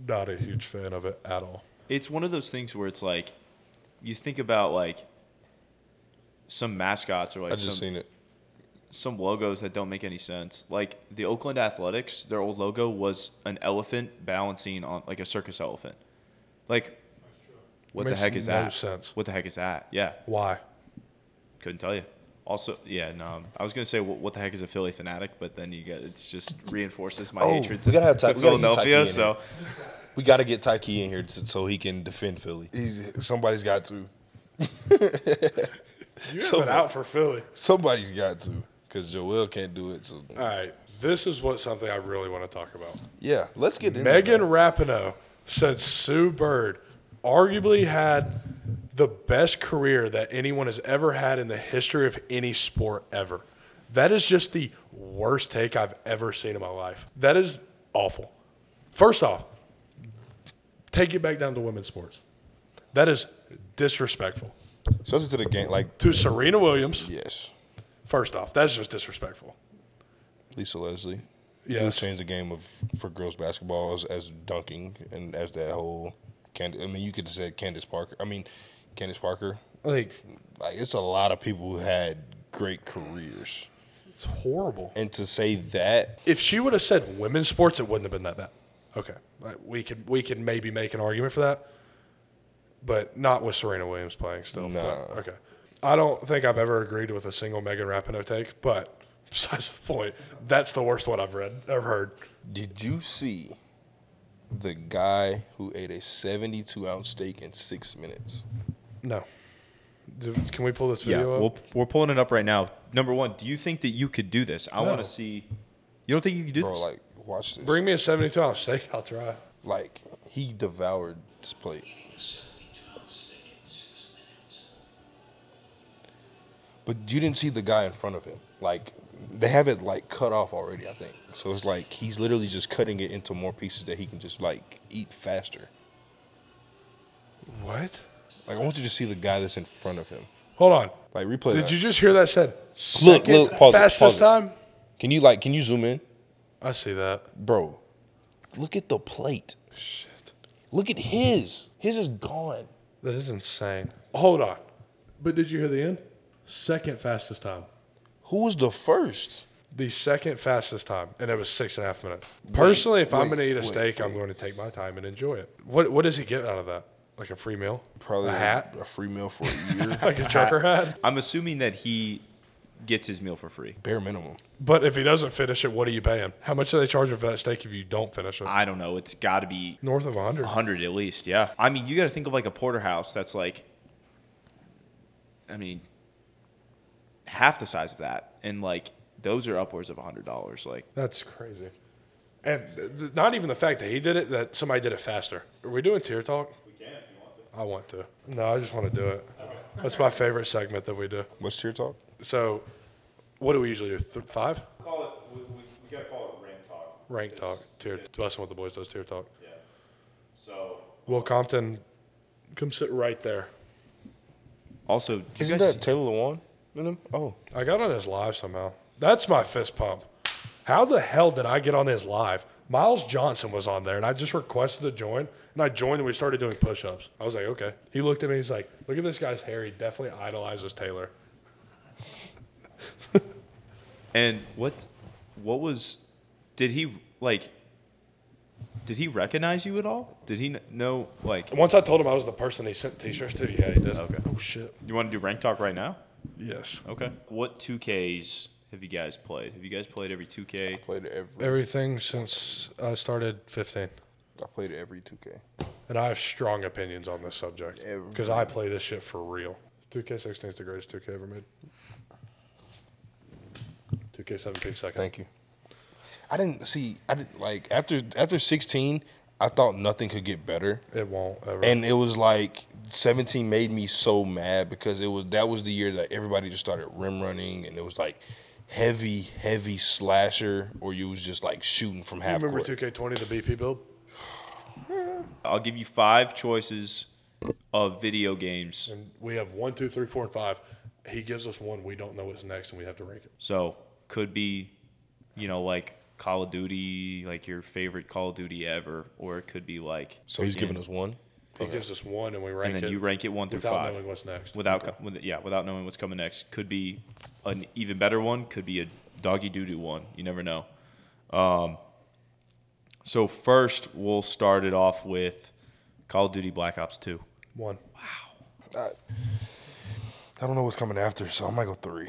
Speaker 2: not a huge fan of it at all.
Speaker 4: it's one of those things where it's like, you think about like some mascots or like
Speaker 1: I just
Speaker 4: some,
Speaker 1: seen it.
Speaker 4: some logos that don't make any sense. Like the Oakland Athletics, their old logo was an elephant balancing on like a circus elephant. Like, what the
Speaker 2: Makes
Speaker 4: heck is
Speaker 2: no
Speaker 4: that?
Speaker 2: sense.
Speaker 4: What the heck is that? Yeah,
Speaker 2: Why?
Speaker 4: couldn't tell you. Also, yeah, no, um, I was gonna say what, what the heck is a Philly fanatic, but then you get it's just reinforces my
Speaker 1: Oh,
Speaker 4: hatred
Speaker 1: we
Speaker 4: to,
Speaker 1: gotta have
Speaker 4: to
Speaker 1: Ty- we gotta get Tyke
Speaker 4: Philadelphia.
Speaker 1: in
Speaker 4: So
Speaker 1: We got to get Tyke in here so so he can defend Philly. He's, somebody's got to.
Speaker 2: You
Speaker 1: So-
Speaker 2: been out for Philly.
Speaker 1: Somebody's got to because Joel can't do it. So
Speaker 2: All right. This is what something I really want to talk about.
Speaker 1: yeah, let's get into
Speaker 2: Megan
Speaker 1: that.
Speaker 2: Rapinoe said Sue Bird arguably had the best career that anyone has ever had in the history of any sport ever. That is just the worst take I've ever seen in my life. That is awful. First off, take it back down to women's sports. That is disrespectful
Speaker 1: especially to the game. Like
Speaker 2: to Serena Williams.
Speaker 1: yes,
Speaker 2: First off, that's just disrespectful.
Speaker 1: Lisa Leslie. Who
Speaker 2: Yes.
Speaker 1: changed the game of for girls basketball as, as dunking and as that whole. Cand- I mean, you could have said Candace Parker. I mean, Candace Parker.
Speaker 2: Like
Speaker 1: Like it's a lot of people who had great careers,
Speaker 2: it's horrible.
Speaker 1: and to say that
Speaker 2: if she would have said women's sports, it wouldn't have been that bad. Okay, Like, we could we can maybe make an argument for that, but not with Serena Williams playing still. But,
Speaker 1: Nah.
Speaker 2: okay, I don't think I've ever agreed with a single Megan Rapinoe take, but besides the point, that's the worst one I've read I've heard.
Speaker 1: Did you see the guy who ate a 72 ounce steak in six minutes?
Speaker 2: No, Do- can we pull this
Speaker 4: yeah,
Speaker 2: video
Speaker 1: uh,
Speaker 4: we'll,
Speaker 2: up?
Speaker 4: we're pulling it up right now. Number one, do you think that you could do this? I
Speaker 2: No.
Speaker 4: want to see. You don't think you could do
Speaker 1: Bro,
Speaker 4: this?
Speaker 1: like, watch this.
Speaker 2: Bring me a seventy-two ounce steak. I'll try.
Speaker 1: like, he devoured this plate. But you didn't see the guy in front of him. Like they have it like cut off already, I think. So it's like he's literally just cutting it into more pieces that he can just like eat faster.
Speaker 2: What?
Speaker 1: Like I want you to see the guy that's in front of him.
Speaker 2: Hold on.
Speaker 1: Like replay.
Speaker 2: Did
Speaker 1: that.
Speaker 2: you just hear that said?
Speaker 1: Look,
Speaker 2: second
Speaker 1: look, pause it,
Speaker 2: fastest
Speaker 1: pause it.
Speaker 2: time.
Speaker 1: Can you like can you zoom in?
Speaker 2: I see that.
Speaker 1: Bro, look at the plate.
Speaker 2: Shit.
Speaker 1: Look at his. His is gone.
Speaker 2: That is insane. Hold on. But did you hear the end? Second fastest time.
Speaker 1: Who was the first?
Speaker 2: The second fastest time, and it was six and a half minutes. Personally, if I'm
Speaker 1: wait,
Speaker 2: going to eat a
Speaker 1: wait,
Speaker 2: steak, I'm
Speaker 1: wait.
Speaker 2: going to take my time and enjoy it. What What does he get out of that? Like a free meal?
Speaker 1: Probably
Speaker 2: a hat?
Speaker 1: A free meal for a year.
Speaker 2: Like a trucker hat?
Speaker 4: I'm assuming that he gets his meal for free.
Speaker 1: Bare minimum.
Speaker 2: But if he doesn't finish it, what are you paying? How much do they charge you for that steak if you don't finish it?
Speaker 4: I don't know. It's got to be
Speaker 2: North of 100.
Speaker 4: 100 at least. Yeah. I mean, you got to think of like a porterhouse that's like, I mean, half the size of that. And like, those are upwards of $100. Like,
Speaker 2: That's crazy. And th- th- not even the fact that he did it, that somebody did it faster. Are we doing tier talk? We can if you want to. I want to. No, I just want to do it. That's my favorite segment that we do.
Speaker 1: What's tier talk?
Speaker 2: So, what do we usually do? Th- five?
Speaker 4: call it, we, we, we got to call it rank talk.
Speaker 2: Rank talk, tier. That's what the boys does, tier talk.
Speaker 4: Yeah. So.
Speaker 2: Will Compton, come sit right there.
Speaker 4: Also, do you
Speaker 1: Isn't
Speaker 4: guys-
Speaker 1: that Taylor Lewan? in them? Oh,
Speaker 2: I got on his live somehow. That's my fist pump. How the hell did I get on his live? Miles Johnson was on there, and I just requested to join, and I joined, and we started doing push-ups. I was like, okay. He looked at me, he's like, look at this guy's hair. He definitely idolizes Taylor.
Speaker 4: And what what was did he like did he recognize you at all? Did he kn- know like
Speaker 2: Once I told him I was the person he sent T-shirts to, yeah, he did. Okay. Oh shit.
Speaker 4: you want to do rank talk right now?
Speaker 2: Yes.
Speaker 4: Okay. What 2Ks have you guys played? Have you guys played every 2K?
Speaker 1: played it every.
Speaker 2: Everything since I started 15,
Speaker 1: I played it every 2K.
Speaker 2: and I have strong opinions on this subject
Speaker 1: Every-
Speaker 2: because I play this shit for real. 2K16 is the greatest 2K ever made. 2K17 second.
Speaker 1: Thank you. I didn't see. I didn't like after after 16. I thought nothing could get better,
Speaker 2: It won't ever.
Speaker 1: and it was like 17 made me so mad because it was that was the year that everybody just started rim running, and it was like heavy, heavy slasher, or you was just like shooting from half
Speaker 2: remember
Speaker 1: court.
Speaker 2: 2K20, the BP build?
Speaker 4: I'll give you 5 choices of video games.
Speaker 2: And we have one, two, three, four, and five. He gives us one. We don't know what's next, and we have to rank it.
Speaker 4: So, could be you know like Call of Duty, like your favorite Call of Duty ever, or it could be like
Speaker 1: So he's
Speaker 4: freaking-
Speaker 1: giving us one.
Speaker 2: He gives us one, and we rank
Speaker 4: and then
Speaker 2: it.
Speaker 4: you rank it one through
Speaker 2: without
Speaker 4: five.
Speaker 2: knowing what's next.
Speaker 4: without co- with, yeah without knowing what's coming next could be an even better one could be a doggy doo doo one you never know um, so first we'll start it off with call of duty black ops 2
Speaker 2: one.
Speaker 1: I don't know what's coming after, so I might go three,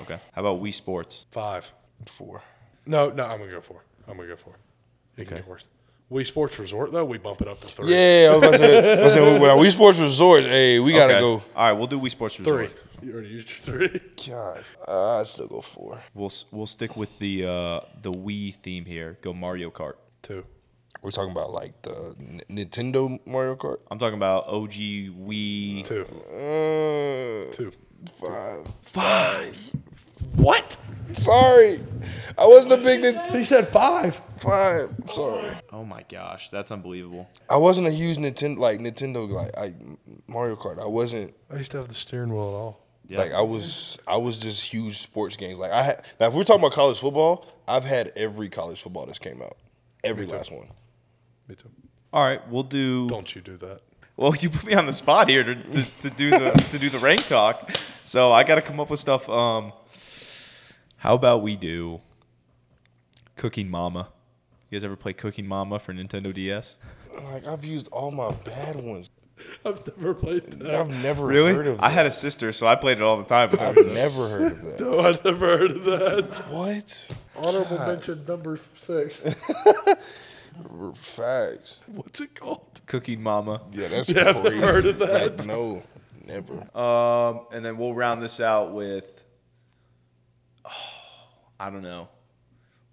Speaker 4: okay how about wii sports
Speaker 2: Five.
Speaker 1: four.
Speaker 2: No, no, I'm going to go four. I'm going to go four. It can get worse. We Sports Resort, though, we bump it up to three.
Speaker 1: Yeah, I was about to say, I was saying, when we sports resort, hey, we gotta
Speaker 4: Okay.
Speaker 1: go.
Speaker 4: all right we'll do wii sports
Speaker 2: Three.
Speaker 4: resort
Speaker 2: You already used your three.
Speaker 1: God, uh, I still go four.
Speaker 4: we'll s- we'll stick with the uh, the wii theme here go mario kart
Speaker 2: Two.
Speaker 1: We're talking about like the N- Nintendo Mario Kart.
Speaker 4: i'm talking about og wii
Speaker 2: Two.
Speaker 1: Uh,
Speaker 2: Two.
Speaker 1: five.
Speaker 2: What?
Speaker 1: Sorry, I wasn't a big Nin-
Speaker 2: He said five.
Speaker 1: five. I'm Sorry,
Speaker 4: oh my gosh that's unbelievable
Speaker 1: I wasn't a huge Nintendo like Nintendo guy. I Mario Kart. I wasn't
Speaker 2: I used to have the steering wheel and all.
Speaker 4: yeah
Speaker 1: like I was. I was just huge sports games. Like I had. Now, if we're talking about college football, I've had every college football that's came out. Every last one.
Speaker 2: Me too.
Speaker 4: all right we'll do
Speaker 2: Don't you do that.
Speaker 4: Well, you put me on the spot here to, to, to do the to do the rank talk, so I got to come up with stuff. Um, how about we do Cooking Mama? You guys ever play Cooking Mama for Nintendo DS?
Speaker 1: Like I've used all my bad ones.
Speaker 2: I've never played that.
Speaker 1: I've never heard of. That.
Speaker 4: I had a sister, so I played it all the time. But there
Speaker 1: I've
Speaker 4: was a-
Speaker 1: never heard of that.
Speaker 2: No, I've never heard of that.
Speaker 1: What?
Speaker 2: Honorable mention number six.
Speaker 1: Facts.
Speaker 2: What's it called?
Speaker 4: Cooking Mama,
Speaker 1: Yeah, that's
Speaker 2: Yeah, I've never
Speaker 1: crazy.
Speaker 2: heard of that.
Speaker 1: Like, no, never.
Speaker 4: um, and then we'll round this out with oh, I don't know.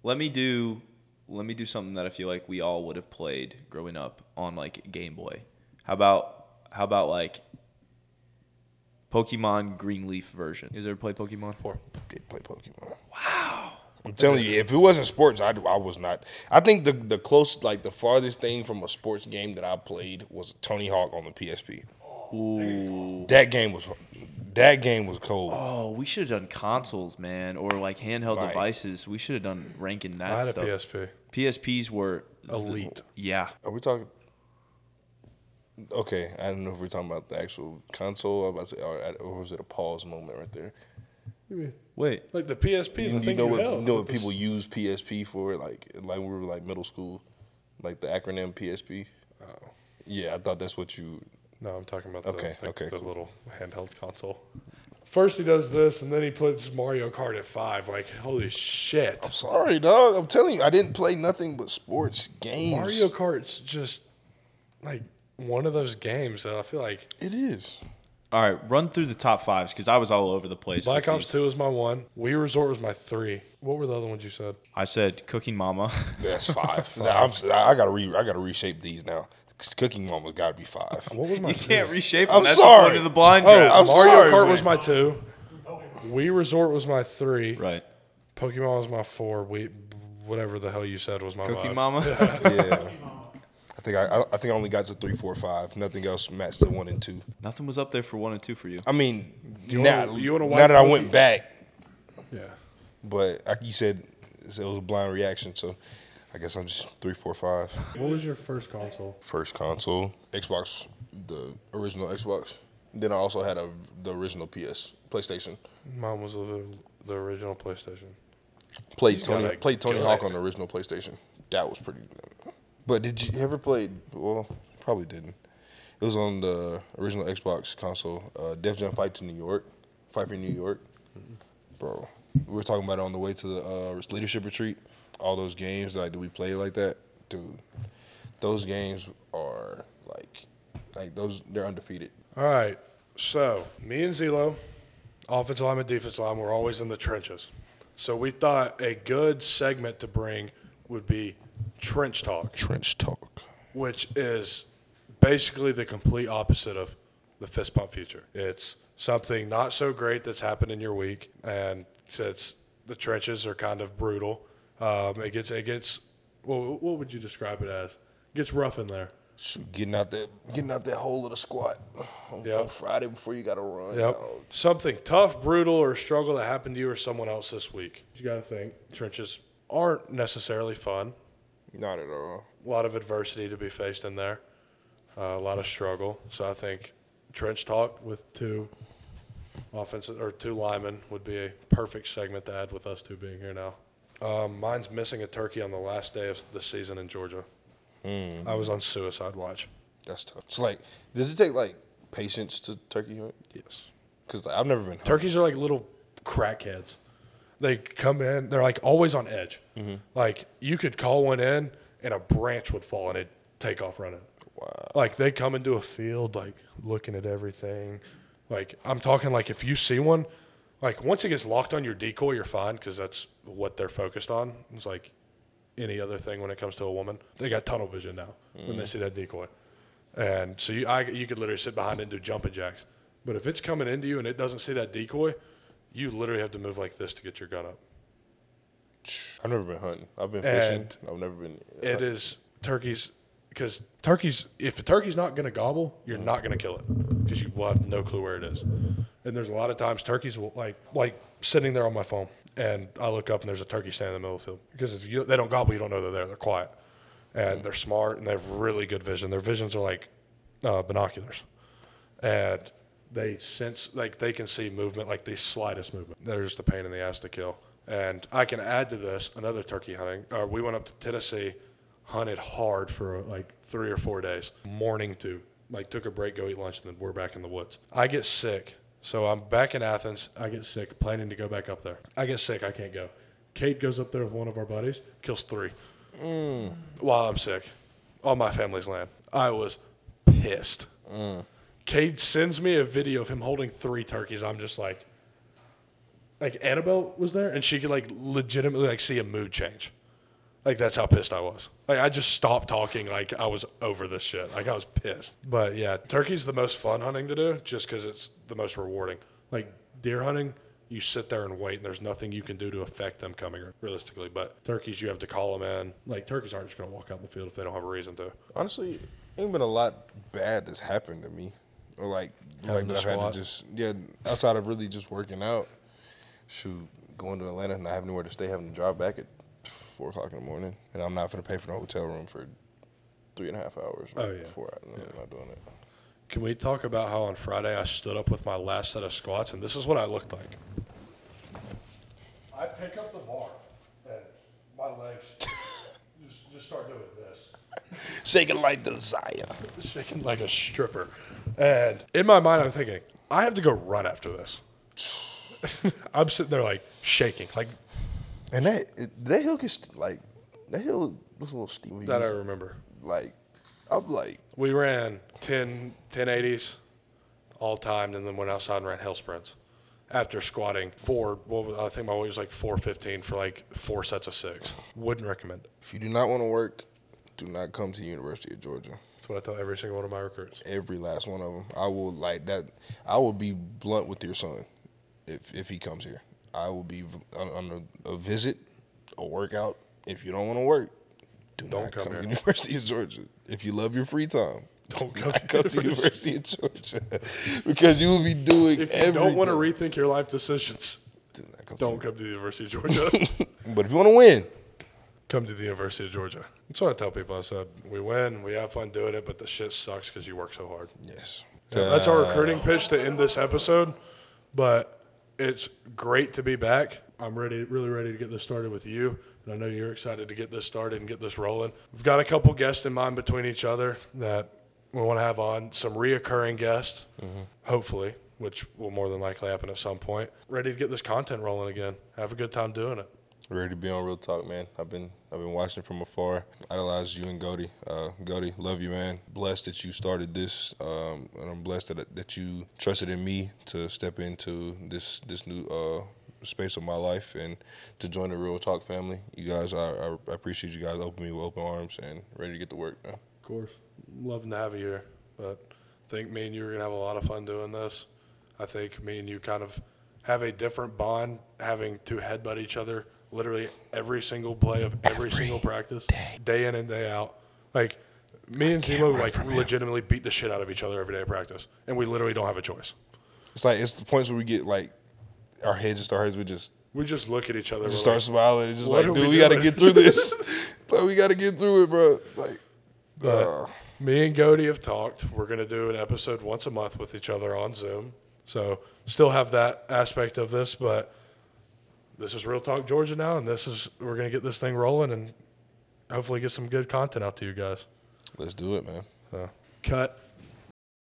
Speaker 4: Let me do let me do something that I feel like we all would have played growing up on like Game Boy. How about how about like Pokemon Greenleaf version? You guys ever played Pokemon? Four.
Speaker 1: did play Pokemon. Wow. I'm telling you, if it wasn't sports, I, I was not. I think the the close, like the farthest thing from a sports game that I played was Tony Hawk on the PSP. That game was that game was cold.
Speaker 4: Oh, we should have done consoles, man, or like handheld
Speaker 1: Right.
Speaker 4: devices. We should have done ranking that
Speaker 2: I had a
Speaker 4: stuff.
Speaker 2: PSP.
Speaker 4: PSPs were the-
Speaker 2: Elite.
Speaker 4: yeah,
Speaker 1: Are we talking? Okay, I don't know if we're talking about the actual console. I was about to say, or, or was it a pause moment right there?
Speaker 4: wait,
Speaker 2: Like the PSP,
Speaker 1: You,
Speaker 2: the
Speaker 1: you
Speaker 2: thing
Speaker 1: know
Speaker 2: you
Speaker 1: what
Speaker 2: held.
Speaker 1: you know what people use PSP for? Like like when we were like middle school, like the acronym PSP.
Speaker 2: Oh.
Speaker 1: Yeah, I thought that's what you
Speaker 2: No, I'm talking about the,
Speaker 1: Okay,
Speaker 2: the,
Speaker 1: okay,
Speaker 2: the
Speaker 1: cool.
Speaker 2: little handheld console. First he does this, and then he puts Mario Kart at five. Like, holy shit!
Speaker 1: I'm sorry, dog. I'm telling you, I didn't play nothing but sports games.
Speaker 2: Mario Kart's just like one of those games that I feel like
Speaker 1: It is.
Speaker 4: all right, run through the top fives because I was all over the place.
Speaker 2: Black
Speaker 4: with
Speaker 2: Ops
Speaker 4: these.
Speaker 2: Two was my one. Wii Resort was my three. What were the other ones you said?
Speaker 4: I said Cooking Mama.
Speaker 1: That's five. Nah, I'm, si gotta re, I gotta reshape these now. 'Cause Cooking Mama's gotta be five.
Speaker 2: What was my?
Speaker 4: you can't
Speaker 2: two?
Speaker 4: reshape.
Speaker 1: I'm
Speaker 4: Them. That's the point
Speaker 1: sorry.
Speaker 4: of the blind
Speaker 2: Oh,
Speaker 4: draft.
Speaker 1: I'm
Speaker 2: Mario
Speaker 1: sorry,
Speaker 2: Kart
Speaker 1: man.
Speaker 2: was my two. Wii Resort was my three.
Speaker 4: right,
Speaker 2: Pokemon was my four. We, whatever the hell you said was my five.
Speaker 4: Cooking Mama.
Speaker 1: Yeah. I think I, I- I think I only got to three, four, five. Nothing else matched the one and two.
Speaker 4: Nothing was up there for one and two for you.
Speaker 1: I mean, now,
Speaker 2: wanna- you wanna
Speaker 1: now
Speaker 2: wipe
Speaker 1: that I
Speaker 2: cookie?
Speaker 1: went back,
Speaker 2: Yeah.
Speaker 1: but like you said, it was a blind reaction. So I guess I'm just three, four, five.
Speaker 2: What was your first console?
Speaker 1: First console, Xbox, the original Xbox. Then I also had a the original PS, PlayStation.
Speaker 2: Mine was the, the original PlayStation.
Speaker 1: Played
Speaker 2: just
Speaker 1: Tony
Speaker 2: gotta
Speaker 1: played Tony
Speaker 2: go
Speaker 1: Hawk
Speaker 2: at
Speaker 1: on the original PlayStation. That was pretty. But did you ever play? Well, probably didn't. It was on the original Xbox console. Uh, Def Jam Fight to New York, Fight for New York, bro. We were talking about it on the way to the uh, leadership retreat. All those games like that we played like that, dude. Those games are like, like those. They're undefeated.
Speaker 2: All right. So me and Zelo, offensive lineman, defense line, we're always in the trenches. So we thought a good segment to bring would be trench talk,
Speaker 1: Trench talk.
Speaker 2: which is basically the complete opposite of the fist pump future. It's something not so great that's happened in your week, and since the trenches are kind of brutal, um, it gets it gets. Well, what would you describe it as? gets rough in there.
Speaker 1: Getting out that, getting out that hole of the squat on,
Speaker 2: Yeah.
Speaker 1: on Friday before you got to run.
Speaker 2: Yep.
Speaker 1: dog.
Speaker 2: Something tough, brutal, or struggle that happened to you or someone else this week. You got to think. Trenches aren't necessarily fun.
Speaker 1: Not at all.
Speaker 2: A lot of adversity to be faced in there, uh, a lot of struggle. So I think trench talk with two offensive or two linemen would be a perfect segment to add with us two being here now. Um, mine's missing a turkey on the last day of the season in Georgia. I was on suicide watch.
Speaker 1: That's tough. So like, does it take like patience to turkey hunt?
Speaker 2: Yes.
Speaker 1: Because I've never been.
Speaker 2: Turkeys are like little crackheads. They come in, they're like always on edge. Like you could call one in and a branch would fall and it'd take off running. Wow. Like they come into a field, like looking at everything. Like I'm talking like if you see one, like once it gets locked on your decoy, you're fine because that's what they're focused on. It's like any other thing when it comes to a woman. They got tunnel vision now when they see that decoy. And so you, I, you could literally sit behind it and do jumping jacks. But if it's coming into you and it doesn't see that decoy, you literally have to move like this to get your gun up.
Speaker 1: I've never been hunting. I've been fishing.
Speaker 2: And
Speaker 1: I've never been. uh,
Speaker 2: It is turkeys, because turkeys, if a turkey's not going to gobble, you're not going to kill it because you will have no clue where it is. And there's a lot of times turkeys will like like sitting there on my phone, and I look up and there's a turkey standing in the middle of the field because if you, they don't gobble, you don't know they're there. They're quiet, and they're smart and they have really good vision. Their visions are like uh, binoculars, and they sense like they can see movement, like the slightest movement. They're just a pain in the ass to kill. And I can add to this another turkey hunting. Uh, we went up to Tennessee, hunted hard for like three or four days, morning to like took a break, go eat lunch, and then we're back in the woods. I get sick, so I'm back in Athens. I get sick, planning to go back up there. I get sick, I can't go. Kate goes up there with one of our buddies, kills three while I'm sick on my family's land. I was pissed. Cade sends me a video of him holding three turkeys. I'm just like, like Annabelle was there, and she could like legitimately like see a mood change. Like that's how pissed I was. Like I just stopped talking. Like I was over this shit. Like I was pissed. But yeah, turkey's the most fun hunting to do, just because it's the most rewarding. Like deer hunting, you sit there and wait, and there's nothing you can do to affect them coming realistically. But turkeys, you have to call them in. Like turkeys aren't just gonna walk out in the field if they don't have a reason to.
Speaker 1: Honestly, ain't been a lot bad that's happened to me, or like like
Speaker 2: Having to
Speaker 1: that I've had
Speaker 2: squat.
Speaker 1: to just yeah outside of really just working out. Shoot, going to Atlanta and not having anywhere to stay, having to drive back at four o'clock in the morning, and I'm not gonna pay for the hotel room for three and a half hours.
Speaker 2: Oh, yeah.
Speaker 1: Four hours. No, I'm not doing it.
Speaker 2: Can we talk about how on Friday I stood up with my last set of squats, and this is what I looked like? I pick up the bar, and my legs just, just start doing this
Speaker 1: Shaking like desire.
Speaker 2: shaking like a stripper. And in my mind, I'm thinking, I have to go run after this. I'm sitting there like shaking, like
Speaker 1: And that it- that hill gets like that hill was a little steep.
Speaker 2: that I remember.
Speaker 1: like I'm like
Speaker 2: We ran 10, 1080s all timed and then went outside and ran hill sprints after squatting four. What was, I think my weight was like 415 for like four sets of six. Wouldn't recommend it.
Speaker 1: if you do not want to work, do not come to University of Georgia.
Speaker 2: That's what I tell every single one of my recruits.
Speaker 1: every last one of them. I will like that. I will be blunt with your son if if he comes here. I will be v- on, on a, a visit, a workout. If you don't want to work, do
Speaker 2: Don't
Speaker 1: not
Speaker 2: come
Speaker 1: come, to
Speaker 2: here.
Speaker 1: University of Georgia. If you love your free time,
Speaker 2: Don't go
Speaker 1: go
Speaker 2: to
Speaker 1: to
Speaker 2: university.
Speaker 1: University of Georgia because you will be doing.
Speaker 2: If you don't want to
Speaker 1: everything.
Speaker 2: rethink your life decisions,
Speaker 1: do not come
Speaker 2: don't
Speaker 1: to
Speaker 2: come to the University of Georgia.
Speaker 1: But if you want to win,
Speaker 2: come to the University of Georgia. That's what I tell people. I said, we win, we have fun doing it, but the shit sucks because you work so hard.
Speaker 1: yes.
Speaker 2: So that's our recruiting pitch to end this episode, but it's great to be back. I'm ready, really ready to get this started with you. And I know you're excited to get this started and get this rolling. We've got a couple guests in mind between each other that we want to have on, some reoccurring guests, hopefully, which will more than likely happen at some point. Ready to get this content rolling again. Have a good time doing it.
Speaker 1: Ready to be on Real Talk, man. I've been I've been watching from afar. Idolize you and Goody. Uh, Goody, love you, man. Blessed that you started this, um, and I'm blessed that that you trusted in me to step into this this new uh, space of my life and to join the Real Talk family. You guys, I, I I appreciate you guys opening me with open arms and ready to get to work. Man.
Speaker 2: Of course. Loving to have you here. But I think me and you are going to have a lot of fun doing this. I think me and you kind of have a different bond having to headbutt each other literally every single play of every, single practice, day. in and day out. Like, me and Zemo like legitimately beat the shit out of each other every day of practice, and we literally don't have a choice.
Speaker 1: It's like it's the points where we get like our heads just our heads we just
Speaker 2: We just look at each other.
Speaker 1: just
Speaker 2: we're
Speaker 1: start smiling and just
Speaker 2: what are
Speaker 1: like, dude,
Speaker 2: we
Speaker 1: we, gotta
Speaker 2: doing?"
Speaker 1: get through this. like we gotta get through it, bro. Like.
Speaker 2: But
Speaker 1: uh,
Speaker 2: me and Cody have talked. We're going to do an episode once a month with each other on Zoom. So still have that aspect of this, but this is Real Talk Georgia now, and this is we're going to get this thing rolling and hopefully get some good content out to you guys.
Speaker 1: Let's do it, man.
Speaker 2: So, cut.